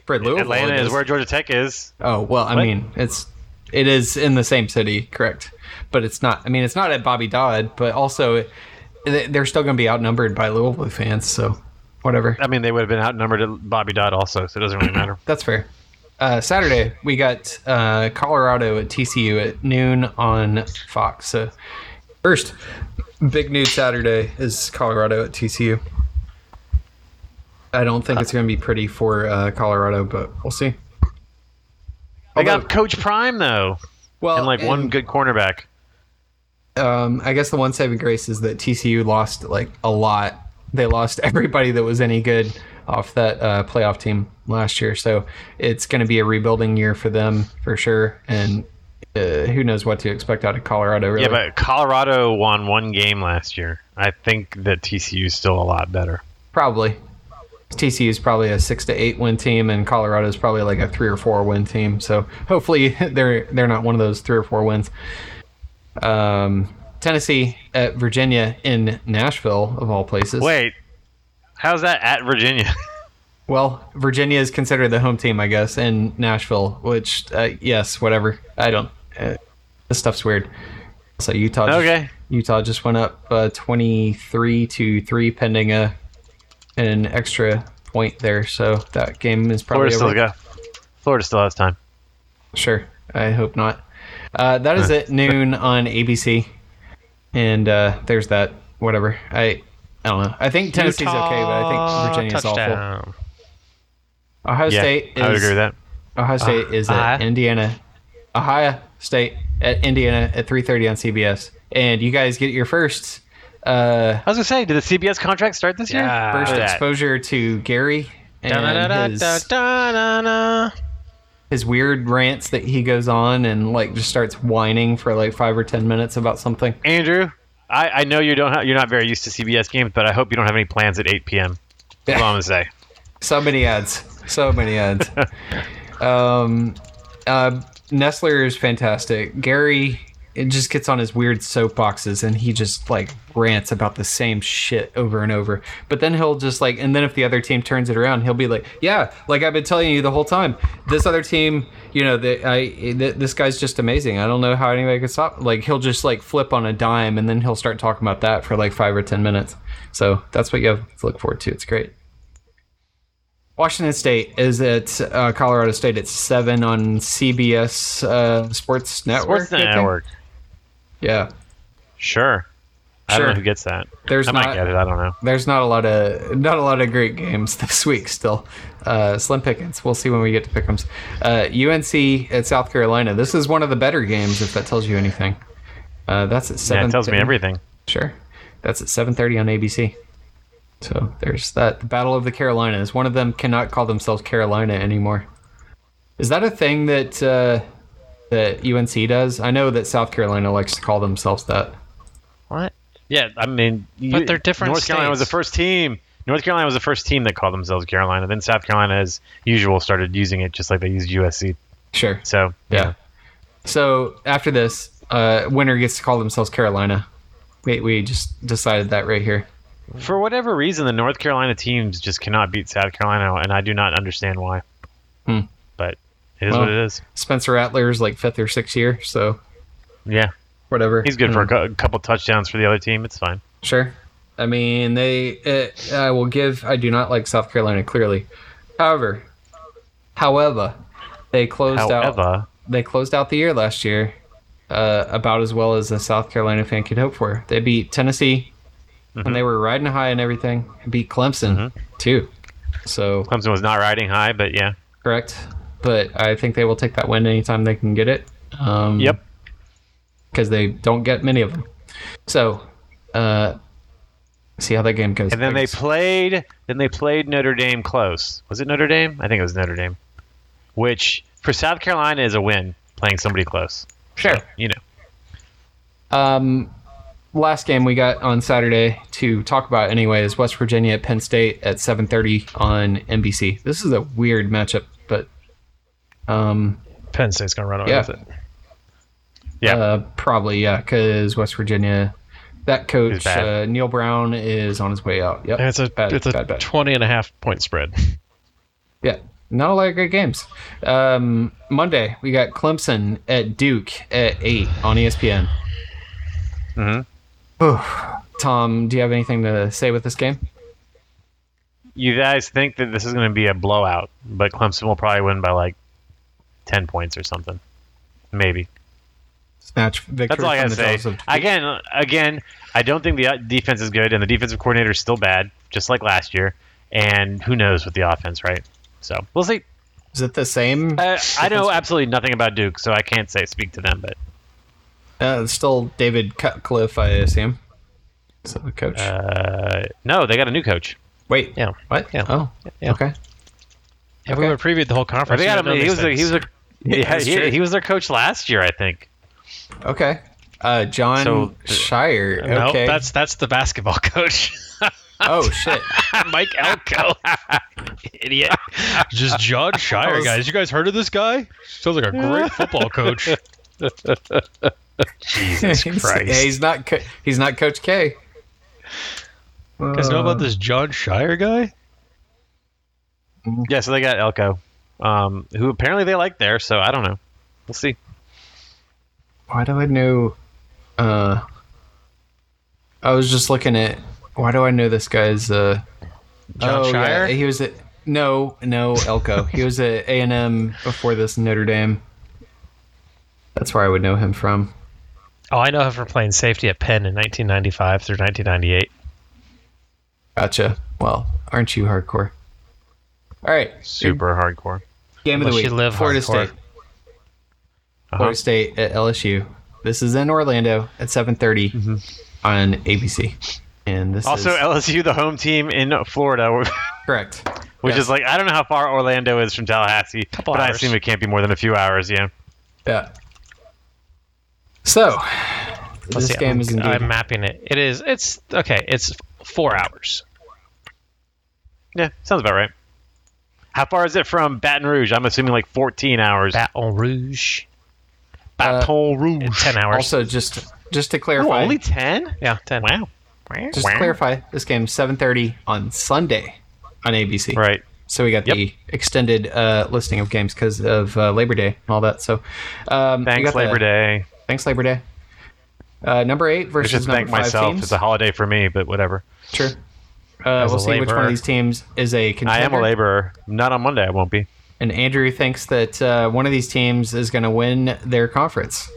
Speaker 1: for Louisville,
Speaker 3: Atlanta
Speaker 1: it
Speaker 3: is where Georgia Tech is.
Speaker 1: Oh well, I
Speaker 3: What?
Speaker 1: mean, it's it is in the same city, correct? But it's not. I mean, it's not at Bobby Dodd, but also th- they're still going to be outnumbered by Louisville fans. So whatever,
Speaker 3: I mean, they would have been outnumbered at Bobby Dodd also, so it doesn't really matter.
Speaker 1: that's fair. Uh, Saturday we got uh, Colorado at TCU at noon on Fox. So first big news Saturday is Colorado at TCU. I don't
Speaker 3: Uh,
Speaker 1: think it's going to be pretty for uh, Colorado, but we'll see.
Speaker 3: They
Speaker 1: Although-
Speaker 3: got Coach Prime though,
Speaker 1: well,
Speaker 3: and like one
Speaker 1: and-
Speaker 3: good cornerback.
Speaker 1: um, I guess the one saving grace is that TCU lost like a lot. They lost everybody that was any good off that uh, playoff team last year, so it's going to be a rebuilding year for them for sure. And uh, who knows what to expect out of Colorado? Really.
Speaker 3: Yeah, but Colorado won one game last year. I think that TCU is still a lot better.
Speaker 1: probably. TCU is probably a six to eight win team, and Colorado is probably like a three or four win team. So hopefully they're they're not one of those three or four wins. Um, Tennessee at Virginia in Nashville of all places.
Speaker 3: Wait, how's that at Virginia?
Speaker 1: Oh, Well, Virginia is considered the home team, I guess, in Nashville. Which, uh, yes, whatever. I don't. Uh, this stuff's weird. So Utah. Just,
Speaker 3: Okay.
Speaker 1: Utah just went up uh, twenty-three to three, pending a an extra point there. So that game is probably
Speaker 3: Florida still
Speaker 1: over.
Speaker 3: go. Florida still has time.
Speaker 1: Sure. I hope not. Uh, that is at noon on ABC, and uh, there's that. Whatever. I. I don't know. I think Tennessee's okay, but I think Virginia's awful.
Speaker 2: touchdown.
Speaker 1: Ohio
Speaker 3: Yeah,
Speaker 1: State is
Speaker 3: I would agree with that.
Speaker 1: Ohio State is at
Speaker 2: Ohio?
Speaker 1: Indiana. Ohio State at Indiana at 3:30 on CBS. And you guys get your first uh,
Speaker 3: I was gonna say, did the CBS contract start this
Speaker 2: Yeah.
Speaker 3: year?
Speaker 1: first
Speaker 3: Look at that.
Speaker 1: exposure to Gary and his,
Speaker 2: Da-da-da-da-da-da-da.
Speaker 1: his weird rants that he goes on and like just starts whining for like 5 or 10 minutes about something.
Speaker 3: Andrew, I, I know you don't have, you're not very used to CBS games, but I hope you don't have any plans at 8 p.m. That's all I'm gonna say.
Speaker 1: So many ads. So many ads. um, uh, Nestler is fantastic. Gary it just gets on his weird soapboxes and he just like rants about the same shit over and over. But then he'll just like, and then if the other team turns it around, he'll be like, "Yeah, like I've been telling you the whole time. This other team, you know, that I th- this guy's just amazing. I don't know how anybody could stop." Like he'll just like flip on a dime and then he'll start talking about that for like five or ten minutes. So that's what you have to look forward to. It's great. Washington State is at uh, Colorado State at seven on CBS uh, Sports Network.
Speaker 3: Sports
Speaker 1: I think?
Speaker 3: Network.
Speaker 1: Yeah,
Speaker 3: Sure. I don't
Speaker 1: Sure.
Speaker 3: know who gets that.
Speaker 1: there's
Speaker 3: I might
Speaker 1: not
Speaker 3: get it. I don't know.
Speaker 1: there's not a lot of not a lot of great games this week still. Uh, slim pickings. We'll see when we get to pickums. Uh, UNC at South Carolina. This is one of the better games if that tells you anything. Uh, that's at
Speaker 3: Yeah,
Speaker 1: seven.
Speaker 3: it tells me everything.
Speaker 1: Sure. That's at 7:30 on ABC. So there's that. The Battle of the Carolinas. One of them cannot call themselves Carolina anymore. Is that a thing that uh, that UNC does? I know that South Carolina likes to call themselves that.
Speaker 2: What?
Speaker 3: Yeah, I mean, you-
Speaker 2: they're different
Speaker 3: North Carolina was the
Speaker 2: states.
Speaker 3: first team. North Carolina was the first team that called themselves Carolina. Then South Carolina, as usual, started using it just like they used USC.
Speaker 1: Sure.
Speaker 3: So
Speaker 1: Yeah. So after this, uh, winner gets to call themselves Carolina. Wait, we just decided that right here.
Speaker 3: for whatever reason, the North Carolina teams just cannot beat South Carolina, and I do not understand why.
Speaker 1: Hmm.
Speaker 3: But it is
Speaker 1: Well.
Speaker 3: what it is.
Speaker 1: Spencer Rattler's like fifth or sixth year, so
Speaker 3: Yeah,
Speaker 1: whatever.
Speaker 3: he's good
Speaker 1: Mm.
Speaker 3: for a, cou- a couple touchdowns for the other team. It's fine.
Speaker 1: Sure. I mean, they. Uh, I will give. I do not like South Carolina clearly. However, however, they closed out.
Speaker 3: However,
Speaker 1: They closed out the year last year, uh, about as well as a South Carolina fan could hope for. They beat Tennessee, when and they were riding high and everything. Beat Clemson too. So
Speaker 3: Clemson was not riding high, but yeah.
Speaker 1: correct, but I think they will take that win anytime they can get it. Um,
Speaker 3: Yep.
Speaker 1: Because they don't get many of them. So, uh, see how that game goes.
Speaker 3: And then they
Speaker 1: Pigs.
Speaker 3: played. Then they played Notre Dame close. Was it Notre Dame? I think it was Notre Dame. Which for South Carolina is a win playing somebody close.
Speaker 1: Sure.
Speaker 3: You know.
Speaker 1: Um, last game we got on Saturday to talk about anyway is West Virginia at Penn State at 7:30 on NBC. This is a weird matchup, but um,
Speaker 2: Penn State's gonna run away
Speaker 1: Yeah.
Speaker 2: with it.
Speaker 3: Yeah.
Speaker 1: uh, probably yeah, because West Virginia, that
Speaker 3: Is
Speaker 1: coach
Speaker 3: bad.
Speaker 1: uh, Neil Brown is on his way out. Yep,
Speaker 2: And it's a
Speaker 1: bad,
Speaker 2: it's a
Speaker 1: bad, bad.
Speaker 2: twenty and a half point spread.
Speaker 1: Yeah, not a lot of great games. Um, Monday we got Clemson at Duke at eight on E ESPN.
Speaker 3: Mhm.
Speaker 1: Oof. Tom, do you have anything to say with this game?
Speaker 3: You guys think that this is going to be a blowout, but Clemson will probably win by like ten points or something. Maybe.
Speaker 1: snatch victory
Speaker 3: That's all I
Speaker 1: from
Speaker 3: gotta
Speaker 1: the
Speaker 3: say.
Speaker 1: jaws of
Speaker 3: Again, again, I don't think the uh, defense is good, and the defensive coordinator is still bad, just like last year. And who knows with the offense, right? So we'll see.
Speaker 1: Is it the same?
Speaker 3: Uh, I know absolutely nothing about Duke, so I can't say speak to them. But
Speaker 1: Uh, it's still David Cutcliffe, I assume. So the coach.
Speaker 3: uh, no, they got a new coach.
Speaker 1: Wait.
Speaker 2: Yeah.
Speaker 1: What?
Speaker 2: yeah.
Speaker 1: Oh.
Speaker 2: Yeah.
Speaker 1: Okay.
Speaker 2: If we would have previewed the whole conference,
Speaker 3: They
Speaker 2: we
Speaker 3: got
Speaker 2: would've
Speaker 3: him.
Speaker 2: known
Speaker 3: He
Speaker 2: these
Speaker 3: was a, he
Speaker 2: things.
Speaker 3: was a yeah,
Speaker 1: That's
Speaker 3: he,
Speaker 1: true.
Speaker 3: he was their coach last year, I think.
Speaker 1: Okay. Uh, John
Speaker 3: So-
Speaker 1: Shire.
Speaker 2: No,
Speaker 1: okay.
Speaker 2: that's that's the basketball coach,
Speaker 1: Oh shit.
Speaker 2: Mike Elko. Idiot. Just John Shire,
Speaker 1: was-
Speaker 2: guys. You guys heard of this guy? Sounds like a great football coach.
Speaker 3: Jesus
Speaker 1: he's,
Speaker 3: Christ.
Speaker 1: yeah, he's not. Co- he's not Coach K.
Speaker 2: You guys know
Speaker 1: Uh,
Speaker 2: about this John Shire guy?
Speaker 3: Yeah, so they got Elko, um, who apparently they like there. So I don't know. We'll see.
Speaker 1: Why do I know? Uh, I was just looking at. Why do I know this guy's? Uh,
Speaker 2: John
Speaker 1: oh,
Speaker 2: Shire?
Speaker 1: Yeah, he was at. No, no, Elko. he was at A and M before this Notre Dame. That's where I would know him from.
Speaker 2: Oh, I know him from playing safety at Penn in 1995 through 1998.
Speaker 1: Gotcha. Well, aren't you hardcore? All right.
Speaker 3: Super hardcore.
Speaker 1: Game of the
Speaker 2: Unless
Speaker 1: week.
Speaker 2: you live
Speaker 1: Florida
Speaker 2: hardcore. Uh-huh.
Speaker 1: State. Florida State at LSU. This is in Orlando at 7:30
Speaker 2: Mm-hmm.
Speaker 1: on ABC. And this
Speaker 3: Also,
Speaker 1: is
Speaker 3: LSU, the home team in Florida,
Speaker 1: correct.
Speaker 3: which
Speaker 1: Yes.
Speaker 3: is like I don't know how far Orlando is from Tallahassee, but I
Speaker 2: hours.
Speaker 3: assume it can't be more than a few hours. Yeah.
Speaker 1: Yeah. So,
Speaker 2: Let's
Speaker 1: this
Speaker 2: see,
Speaker 1: game
Speaker 2: I'm,
Speaker 1: is indeed.
Speaker 2: I'm mapping it. It is. It's okay. It's four hours.
Speaker 3: Yeah, sounds about right. How far is it from Baton Rouge? I'm assuming like 14 hours.
Speaker 2: Baton Rouge.
Speaker 1: Uh,
Speaker 3: Baton Rouge.
Speaker 2: in ten hours.
Speaker 1: also, just just to
Speaker 3: Oh,
Speaker 1: clarify,
Speaker 3: only 10?
Speaker 2: yeah, ten.
Speaker 3: Wow.
Speaker 1: just to clarify, this game is 7:30 on Sunday on ABC.
Speaker 3: Right.
Speaker 1: So we got
Speaker 3: Yep.
Speaker 1: the extended uh, listing of games because of uh, Labor Day and all that. So, um, we
Speaker 3: Thanks,
Speaker 1: got the-
Speaker 3: Labor Day.
Speaker 1: Thanks, Labor Day. Uh, number eight
Speaker 3: I
Speaker 1: versus
Speaker 3: should
Speaker 1: number
Speaker 3: thank
Speaker 1: five
Speaker 3: myself.
Speaker 1: teams.
Speaker 3: It's a holiday for me, but whatever.
Speaker 1: Sure. Uh,
Speaker 2: As
Speaker 1: we'll
Speaker 2: a
Speaker 1: see which one
Speaker 2: laborer.
Speaker 1: of these teams is a contender.
Speaker 3: I am a laborer. Not on Monday. I won't be.
Speaker 1: And Andrew thinks that uh, one of these teams is going to win their conference.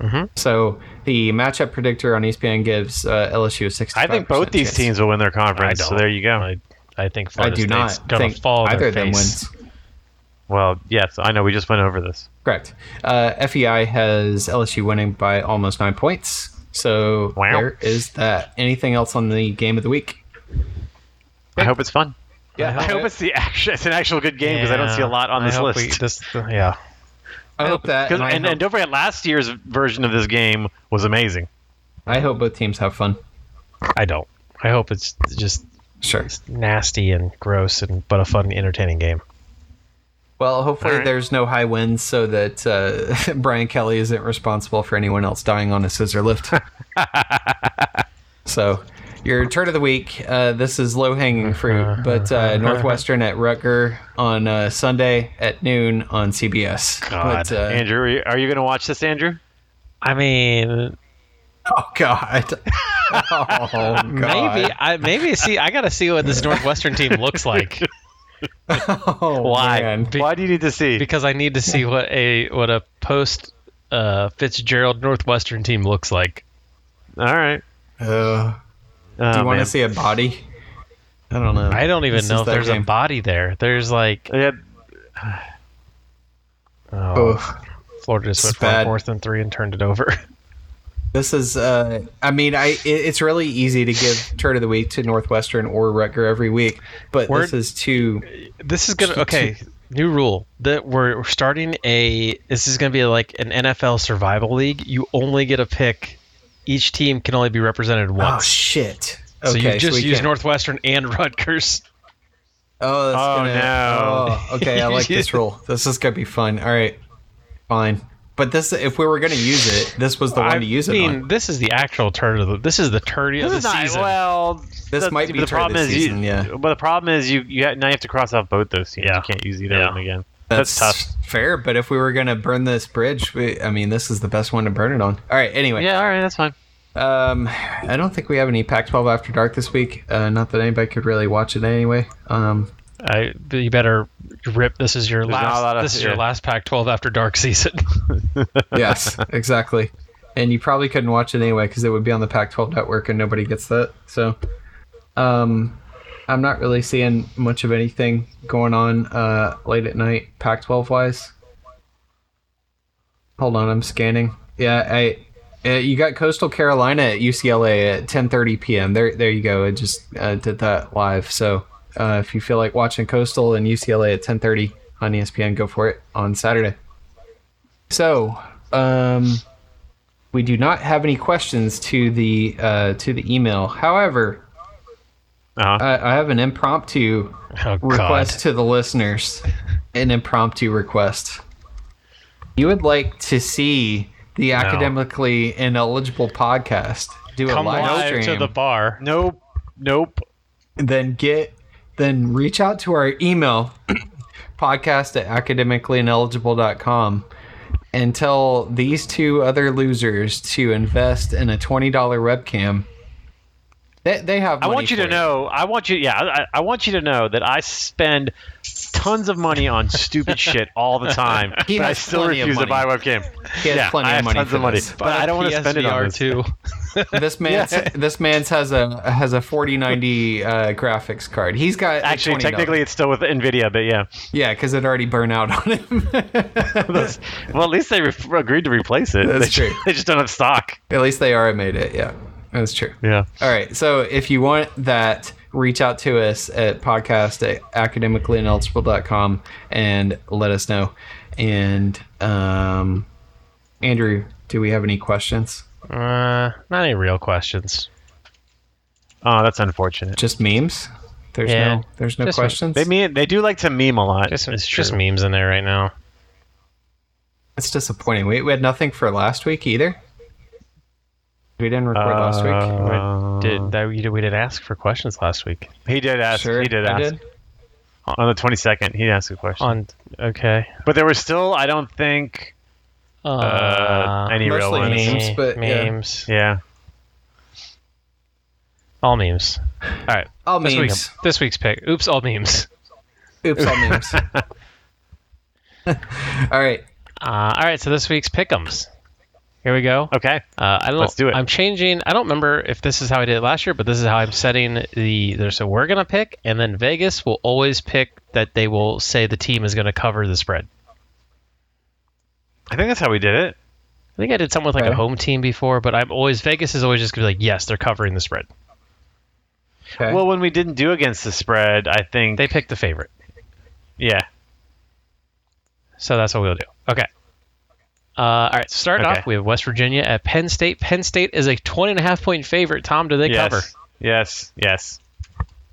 Speaker 3: Mm-hmm.
Speaker 2: Mhm.
Speaker 1: So the matchup predictor on E ESPN gives uh, LSU a 65
Speaker 3: I think both these teams will win their conference.
Speaker 2: I
Speaker 3: So
Speaker 2: don't.
Speaker 3: there you go.
Speaker 2: I, I think
Speaker 1: I
Speaker 2: Florida
Speaker 1: do
Speaker 2: State's
Speaker 1: not
Speaker 2: gonna
Speaker 1: think
Speaker 2: fall on
Speaker 1: either
Speaker 2: their
Speaker 1: of them
Speaker 2: face.
Speaker 1: wins.
Speaker 3: well, yes, I know. We just went over this.
Speaker 1: Correct. Uh, FEI has LSU winning by almost nine points. So
Speaker 3: Wow.
Speaker 1: there is that. Anything else on the game of the week?
Speaker 3: I hope it's fun.
Speaker 1: Yeah,
Speaker 3: I hope it's the actual. It's an actual good game because I don't see a
Speaker 2: Yeah,
Speaker 3: lot on
Speaker 2: I
Speaker 3: this
Speaker 2: hope
Speaker 3: list. Uh,
Speaker 2: we- this- yeah,
Speaker 1: I hope that.
Speaker 3: 'Cause-
Speaker 1: And I,
Speaker 3: and,
Speaker 1: hope,
Speaker 3: and don't forget, last year's version of this game was amazing.
Speaker 1: I hope both teams have fun.
Speaker 2: I don't. I hope it's just
Speaker 1: Sure.
Speaker 2: nasty and gross and but a fun, entertaining game.
Speaker 1: Well, hopefully
Speaker 3: All right.
Speaker 1: there's no high winds so that uh, Brian Kelly isn't responsible for anyone else dying on a scissor lift. so, your turn of the week. Uh, this is low hanging fruit, but uh, Northwestern at Rutger on uh, Sunday at noon on CBS.
Speaker 3: God,
Speaker 1: But, uh,
Speaker 3: Andrew, are you, are you going to watch this, Andrew?
Speaker 2: I mean,
Speaker 1: oh God. Oh God.
Speaker 2: maybe I maybe see. I gotta see what this Northwestern team looks like
Speaker 1: Oh,
Speaker 3: Why?
Speaker 1: man.
Speaker 3: Why do you need to see?
Speaker 2: because I need to see what a what a post uh, Fitzgerald Northwestern team looks like.
Speaker 3: All right.
Speaker 1: Uh,
Speaker 3: Oh,
Speaker 1: do you want
Speaker 3: man.
Speaker 1: to see a body? I don't know.
Speaker 2: I don't even
Speaker 1: This
Speaker 2: know
Speaker 1: is
Speaker 2: if
Speaker 1: that
Speaker 2: there's
Speaker 1: game.
Speaker 2: a body there. There's like
Speaker 3: Yeah,
Speaker 2: oh,
Speaker 1: Ugh.
Speaker 2: Florida just went
Speaker 1: It's
Speaker 2: for a
Speaker 1: bad.
Speaker 2: fourth and three and turned it over.
Speaker 1: This is, uh, I mean, I it, it's really easy to give turn of the week to Northwestern or Rutger every week, but
Speaker 2: Word-
Speaker 1: this is too.
Speaker 2: This is gonna okay. New rule that we're, we're starting a. This is gonna be like an NFL survival league. You only get a pick. Each team can only be represented
Speaker 1: Oh
Speaker 2: once.
Speaker 1: shit!
Speaker 2: so you
Speaker 1: Okay,
Speaker 2: just
Speaker 1: we
Speaker 2: use
Speaker 1: can't-
Speaker 2: Northwestern and Rutgers.
Speaker 1: Oh, that's
Speaker 3: Oh,
Speaker 1: gonna,
Speaker 3: no.
Speaker 1: oh, okay, I like this rule. This is gonna be fun. All right, fine. But this, if we were gonna use it, this was the one
Speaker 2: I
Speaker 1: to use it
Speaker 2: mean,
Speaker 1: on.
Speaker 2: this is the actual turn of the. This is the turn of the
Speaker 3: This is not-
Speaker 2: season.
Speaker 3: well, that's-
Speaker 1: might be
Speaker 3: but the
Speaker 1: turn of
Speaker 3: problem
Speaker 1: the
Speaker 3: is
Speaker 1: season,
Speaker 3: you,
Speaker 1: yeah.
Speaker 3: But the problem is you, you ha- now you have to cross off both those teams.
Speaker 2: Yeah.
Speaker 3: You can't use either
Speaker 2: Yeah.
Speaker 3: of them again. That's, tough.
Speaker 1: Fair, but if we were gonna burn this bridge, we, I mean, this is the best one to burn it on. All right. Anyway,
Speaker 3: Yeah, all right, that's fine.
Speaker 1: Um, I don't think we have any Pac-12 After Dark this week. Uh, not that anybody could really watch it anyway. Um,
Speaker 2: I, you better rip. This is your
Speaker 3: There's not a
Speaker 2: last.
Speaker 3: lot of-
Speaker 2: this is your
Speaker 3: yeah.
Speaker 2: last Pac-12 after dark season. Oh,
Speaker 1: yes, exactly. And you probably couldn't watch it anyway because it would be on the Pac-12 network, and nobody gets that. So, um, I'm not really seeing much of anything going on uh, late at night Pac-12 wise. Hold on, I'm scanning. Yeah, I. Uh, you got Coastal Carolina at UCLA at 10:30 p.m. There, there you go. I just uh, did that live. So uh, E if you feel like watching Coastal and UCLA at 10:30 on ESPN, go for it on Saturday. So, um, we do not have any questions to the uh, to the email. However,
Speaker 3: Uh-huh.
Speaker 1: I, I have an impromptu
Speaker 2: Oh
Speaker 1: request to the listeners. An impromptu request. You would like to see the academically ineligible podcast do
Speaker 2: God. Come
Speaker 1: a live
Speaker 2: live
Speaker 1: stream,
Speaker 2: to the bar.
Speaker 3: Nope. Nope.
Speaker 1: then get then reach out to our email podcast at academicallyineligible.com and tell these two other losers to invest in a $20 webcam. They, they have
Speaker 3: I
Speaker 1: money
Speaker 3: want you to
Speaker 1: for it.
Speaker 3: know. I want you. Yeah, I, I want you to know that I spend tons of money on stupid shit all the time,
Speaker 1: He
Speaker 3: but I
Speaker 1: has
Speaker 3: still
Speaker 1: plenty of
Speaker 3: refuse to buy
Speaker 1: money.
Speaker 3: a webcam.
Speaker 1: He has
Speaker 3: yeah,
Speaker 1: plenty
Speaker 3: I
Speaker 1: of
Speaker 3: have
Speaker 1: money
Speaker 3: tons
Speaker 1: for
Speaker 3: of money,
Speaker 1: this.
Speaker 3: but I don't want to spend it on this.
Speaker 2: too.
Speaker 1: This man's
Speaker 3: Yeah.
Speaker 1: this man's has a has a 4090 uh, graphics card. He's got a
Speaker 3: Actually,
Speaker 1: $20.
Speaker 3: technically, it's still with Nvidia, but yeah.
Speaker 1: yeah, because it already burned out on him.
Speaker 3: Those- well, at least they re- agreed to replace it.
Speaker 1: That's
Speaker 3: they,
Speaker 1: true.
Speaker 3: They just don't have stock.
Speaker 1: At least they already made it. Yeah, that's true.
Speaker 3: Yeah.
Speaker 1: All right. So if you want that, reach out to us at podcast at academicallyineligible.com and let us know. And um, Andrew, do we have any questions?
Speaker 2: Uh, not any real questions.
Speaker 3: Oh, that's unfortunate.
Speaker 1: Just memes? There's
Speaker 2: Yeah.
Speaker 1: no there's no
Speaker 2: Just-
Speaker 1: questions.
Speaker 3: They mean they do like to meme a lot.
Speaker 2: Just, it's just memes in there right now.
Speaker 1: It's disappointing. We, we had nothing for last week either. We didn't record last week.
Speaker 3: Uh,
Speaker 1: Uh-huh.
Speaker 2: Did that we did we did ask for questions last week
Speaker 3: he did ask?
Speaker 1: Sure,
Speaker 3: he did
Speaker 1: I Oh.
Speaker 3: ask on the twenty second. He asked a question,
Speaker 2: on okay
Speaker 3: but there were still. I don't think
Speaker 2: uh,
Speaker 3: uh, any real
Speaker 1: mostly
Speaker 3: ones.
Speaker 1: memes, but yeah.
Speaker 2: memes
Speaker 3: Yeah.
Speaker 2: all memes all right
Speaker 1: All
Speaker 2: this week
Speaker 1: memes.
Speaker 2: this week's pick oops all memes
Speaker 1: Oops, all memes. all right.
Speaker 2: uh, all right so this week's pickums here we go
Speaker 3: Okay.
Speaker 2: Uh, I don't.
Speaker 3: Let's do it.
Speaker 2: I'm changing. I don't remember if this is how I did it last year, but this is how I'm setting the. There's so we're gonna pick, and then Vegas will always pick that they will say the team is gonna cover the spread.
Speaker 3: I think that's how we did it.
Speaker 2: I think I did something with like
Speaker 1: Okay.
Speaker 2: a home team before, but I'm always Vegas is always just gonna be like, yes, they're covering the spread.
Speaker 1: Okay.
Speaker 3: Well, when we didn't do against the spread, I think
Speaker 2: They picked the favorite,
Speaker 3: Yeah.
Speaker 2: so that's what we'll do. Okay. Uh, all right. So start
Speaker 3: Okay.
Speaker 2: off. We have West Virginia at Penn State. Penn State is a 20 and a half point favorite. Tom, do they
Speaker 3: yes.
Speaker 2: cover?
Speaker 3: Yes. Yes.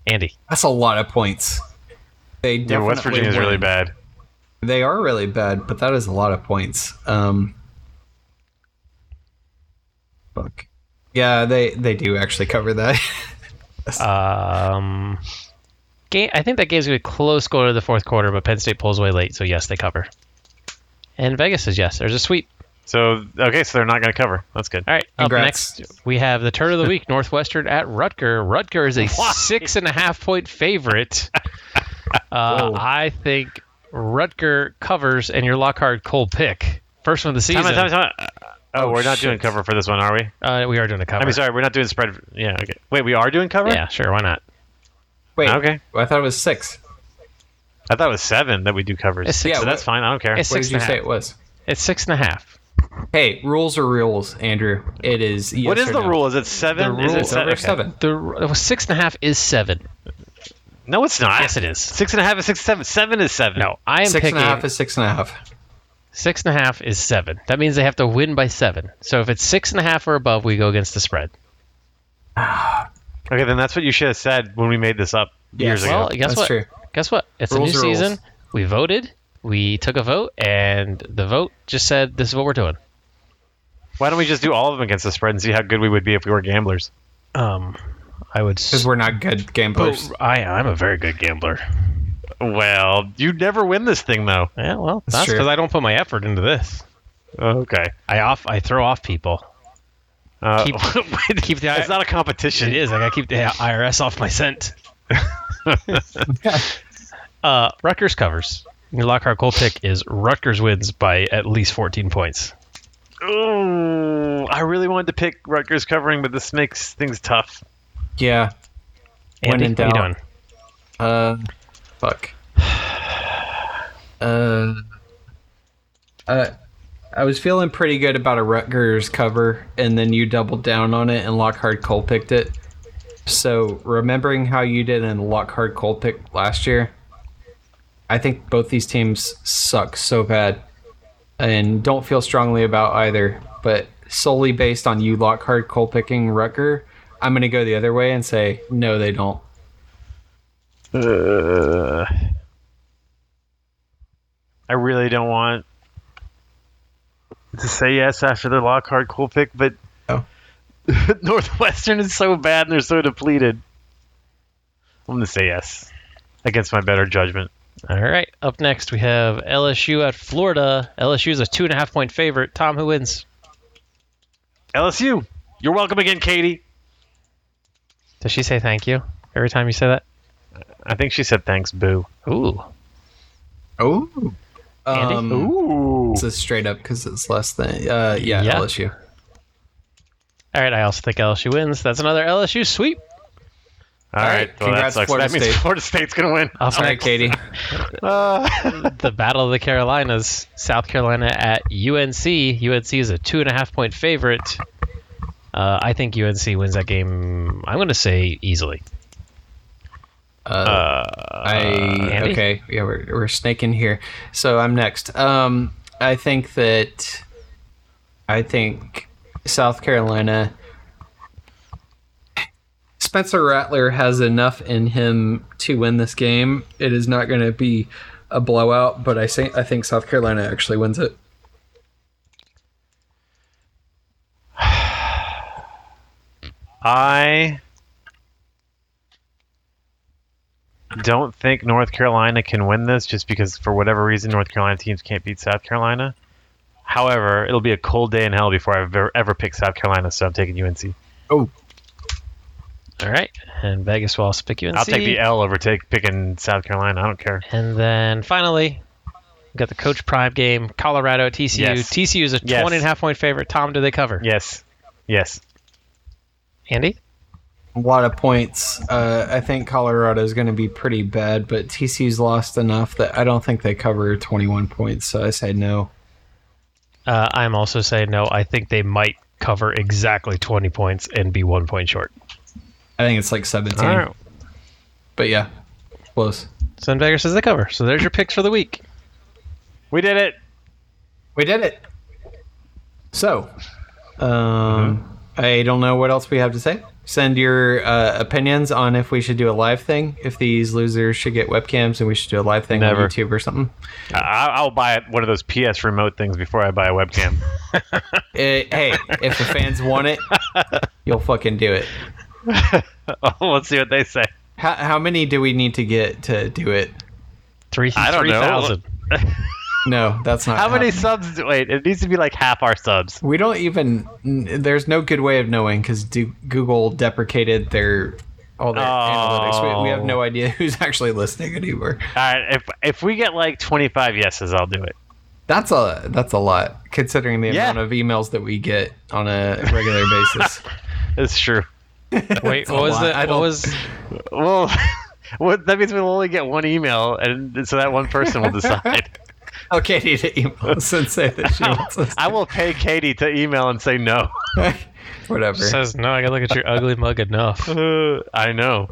Speaker 2: Andy.
Speaker 1: That's a lot of points. They
Speaker 3: Yeah,
Speaker 1: definitely
Speaker 3: West Virginia's
Speaker 1: win.
Speaker 3: really bad.
Speaker 1: They are really bad, but that is a lot of points. Um, fuck. Yeah, they they do actually cover that.
Speaker 2: Um, game, I think that game's going to be close going to the fourth quarter, but Penn State pulls away late, so yes, they cover. And Vegas says yes. There's a sweep.
Speaker 3: So okay, so they're not going to cover. That's good.
Speaker 2: All right.
Speaker 1: Congrats.
Speaker 2: Up next, we have the turn of the week, Northwestern at Rutger. Rutger is a six and a half point favorite. Uh,
Speaker 1: Whoa.
Speaker 2: I think Rutger covers and your Lockhart Cole pick. First one of the season.
Speaker 3: Time out, time out, time out. Oh,
Speaker 1: Oh,
Speaker 3: we're not
Speaker 1: shit.
Speaker 3: doing cover for this one, are we?
Speaker 2: Uh, we are doing a cover.
Speaker 3: I mean, sorry, we're not doing spread. Yeah. Okay. Wait, we are doing cover.
Speaker 2: Yeah, sure. Why not?
Speaker 1: Wait,
Speaker 3: Okay.
Speaker 1: I thought it was six.
Speaker 3: I thought it was seven that we do covers.
Speaker 2: It's six.
Speaker 1: Yeah,
Speaker 3: so that's fine. I don't care.
Speaker 2: It's
Speaker 1: What
Speaker 2: six
Speaker 1: did
Speaker 2: and
Speaker 1: you
Speaker 2: a
Speaker 1: say
Speaker 2: half.
Speaker 1: it was?
Speaker 2: It's six and a half.
Speaker 1: Hey, rules are rules, Andrew. It is. Yes
Speaker 3: what is
Speaker 1: or
Speaker 3: the
Speaker 1: no.
Speaker 3: rule? Is it
Speaker 1: The
Speaker 3: seven?
Speaker 1: rule
Speaker 3: is it
Speaker 1: is
Speaker 3: se-
Speaker 1: over
Speaker 3: okay.
Speaker 1: seven.
Speaker 2: The well, six and a half is seven.
Speaker 3: No, it's not.
Speaker 2: Yes, it is.
Speaker 3: Six and a half is six. Seven. Seven is seven.
Speaker 2: No, I am
Speaker 1: Six
Speaker 2: picking
Speaker 1: and a half is six and a half.
Speaker 2: Six and a half is seven. That means they have to win by seven. So if it's six and a half or above, we go against the spread.
Speaker 3: Okay, then that's what you should have said when we made this up years
Speaker 1: Yes.
Speaker 3: ago.
Speaker 2: Well, guess
Speaker 1: That's
Speaker 2: what?
Speaker 1: true.
Speaker 2: Guess what? It's
Speaker 1: Rules
Speaker 2: a
Speaker 1: are
Speaker 2: new
Speaker 1: rules.
Speaker 2: season. We voted. We took a vote, and the vote just said this is what we're doing.
Speaker 3: Why don't we just do all of them against the spread and see how good we would be if we were gamblers?
Speaker 2: Um, I would. Oh,
Speaker 1: Because we're not good gamblers.
Speaker 2: I I'm a very good gambler.
Speaker 3: Well, you never win this thing though.
Speaker 2: Yeah, well,
Speaker 1: That's
Speaker 2: that's
Speaker 1: true.
Speaker 2: because I don't put my effort into this.
Speaker 3: Okay.
Speaker 2: I off. I throw off people.
Speaker 3: Uh,
Speaker 2: Keep, keep the.
Speaker 3: it's not a competition.
Speaker 2: It is. Like I keep the IRS off my scent. uh, Rutgers covers. Your Lockhart goal pick is Rutgers wins by at least 14 points.
Speaker 3: Ooh, I really wanted to pick Rutgers covering, but this makes things tough.
Speaker 1: Yeah. When
Speaker 2: Andy,
Speaker 1: in
Speaker 2: what are you
Speaker 1: doubt.
Speaker 2: doing?
Speaker 1: Uh, fuck. Uh, uh, I was feeling pretty good about a Rutgers cover, and then you doubled down on it, and Lockhart Cole picked it. So remembering how you did in Lockhart Cole pick last year, I think both these teams suck so bad. and don't feel strongly about either. But solely based on you, Lockhart, Cole Picking, Rucker, I'm going to go the other way and say no, they don't.
Speaker 3: Uh, I really don't want to say yes after the Lockhart cool pick, but
Speaker 1: Oh.
Speaker 3: Northwestern is so bad and they're so depleted. I'm gonna say yes against my better judgment.
Speaker 2: All right. Up next, we have LSU at Florida. LSU is a two and a half point favorite. Tom, who wins?
Speaker 3: LSU, you're welcome again, Katie.
Speaker 2: Does she say thank you every time you say that?
Speaker 3: I think she said thanks, boo.
Speaker 2: Ooh.
Speaker 1: Oh,
Speaker 2: Andy?
Speaker 1: Um,
Speaker 3: Ooh,
Speaker 1: It's a straight up because it's less than. Uh, yeah,
Speaker 2: Yeah.
Speaker 1: LSU.
Speaker 2: All right. I also think LSU wins. That's another LSU sweep.
Speaker 3: all
Speaker 1: All
Speaker 3: right.
Speaker 1: right,
Speaker 3: Well,
Speaker 1: congrats,
Speaker 3: that sucks.
Speaker 1: Florida
Speaker 3: that means
Speaker 1: State.
Speaker 3: Florida State's gonna win.
Speaker 2: Up
Speaker 1: All right,
Speaker 2: next,
Speaker 1: Katie.
Speaker 2: the Battle of the Carolinas. South Carolina at UNC. UNC is a two and a half point favorite. Uh, I think UNC wins that game. I'm going to say easily.
Speaker 1: Uh, I
Speaker 2: Andy?
Speaker 1: okay. Yeah, we're we're snaking here. So I'm next. Um, I think that, I think South Carolina. Spencer Rattler has enough in him to win this game. It is not going to be a blowout, but I say I think South Carolina actually wins it.
Speaker 3: I don't think North Carolina can win this just because for whatever reason North Carolina teams can't beat South Carolina. However, it'll be a cold day in hell before I ever, ever pick South Carolina, so I'm taking UNC.
Speaker 2: All right. And Vegas will also pick UNC.
Speaker 3: I'll take the L over take picking South Carolina. I don't care.
Speaker 2: And then finally, we got the Coach Prime game, Colorado at TCU.
Speaker 3: Yes.
Speaker 2: TCU is a
Speaker 3: Yes.
Speaker 2: 20 and a half point favorite. Tom, do they cover?
Speaker 3: Yes. Yes.
Speaker 2: Andy?
Speaker 1: a lot of points. Uh, I think Colorado is going to be pretty bad, but TCU's lost enough that I don't think they cover 21 points. So I say no.
Speaker 2: Uh, I'm also saying no. I think they might cover exactly 20 points and be one point short.
Speaker 1: I think it's like 17.
Speaker 2: All right.
Speaker 1: But yeah, close.
Speaker 2: So then Vegas says they cover. So there's your picks for the week.
Speaker 3: We did it.
Speaker 1: We did it. So,
Speaker 2: Mm-hmm.
Speaker 1: um, I don't know what else we have to say. Send your uh, opinions on if we should do a live thing, if these losers should get webcams and we should do a live thing
Speaker 3: Never.
Speaker 1: on YouTube or something.
Speaker 3: I- I- I'll buy one of those PS remote things before I buy a webcam.
Speaker 1: Eh, hey, if the fans want it, you'll fucking do it.
Speaker 3: Let's see what they say.
Speaker 1: How, how many do we need to get to do it?
Speaker 2: Three,
Speaker 3: I don't know.
Speaker 2: 3,000.
Speaker 1: No, that's not
Speaker 3: How many
Speaker 1: happening.
Speaker 3: subs? Do, wait, it needs to be like half our subs.
Speaker 1: We don't even. n- There's no good way of knowing because Google deprecated their all their
Speaker 3: Oh.
Speaker 1: analytics. We, we have no idea who's actually listening anymore.
Speaker 3: All right, if if we get like 25 yeses, I'll do it.
Speaker 1: That's a that's a lot considering the
Speaker 3: Yeah.
Speaker 1: amount of emails that we get on a regular basis.
Speaker 3: It's true.
Speaker 2: Wait,
Speaker 1: a
Speaker 2: what was
Speaker 1: lot.
Speaker 2: the
Speaker 1: I
Speaker 2: What
Speaker 1: don't-
Speaker 2: was
Speaker 3: Well, what, that means we'll only get one email, and so that one person will decide.
Speaker 1: Tell Katie to email us and say that she wants us.
Speaker 3: I will pay Katie to email and say no.
Speaker 1: to- Whatever.
Speaker 2: says no? I gotta look at your ugly mug enough.
Speaker 3: Uh, I know.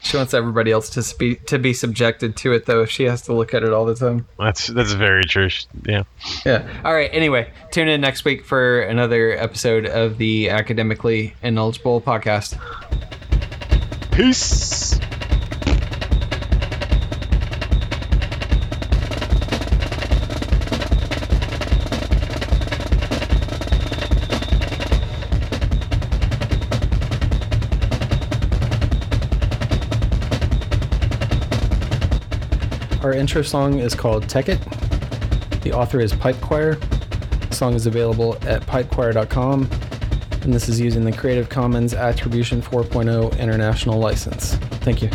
Speaker 1: She wants everybody else to spe- to be subjected to it though. If she has to look at it all the time.
Speaker 3: That's that's very true. Sh- Yeah.
Speaker 1: Yeah. All right. Anyway, tune in next week for another episode of the Academically Ineligible podcast.
Speaker 3: Peace.
Speaker 1: Our intro song is called Tech It. The author is Pipe Choir. The song is available at pipechoir.com, and this is using the Creative Commons Attribution 4.0 International oh License. Thank you.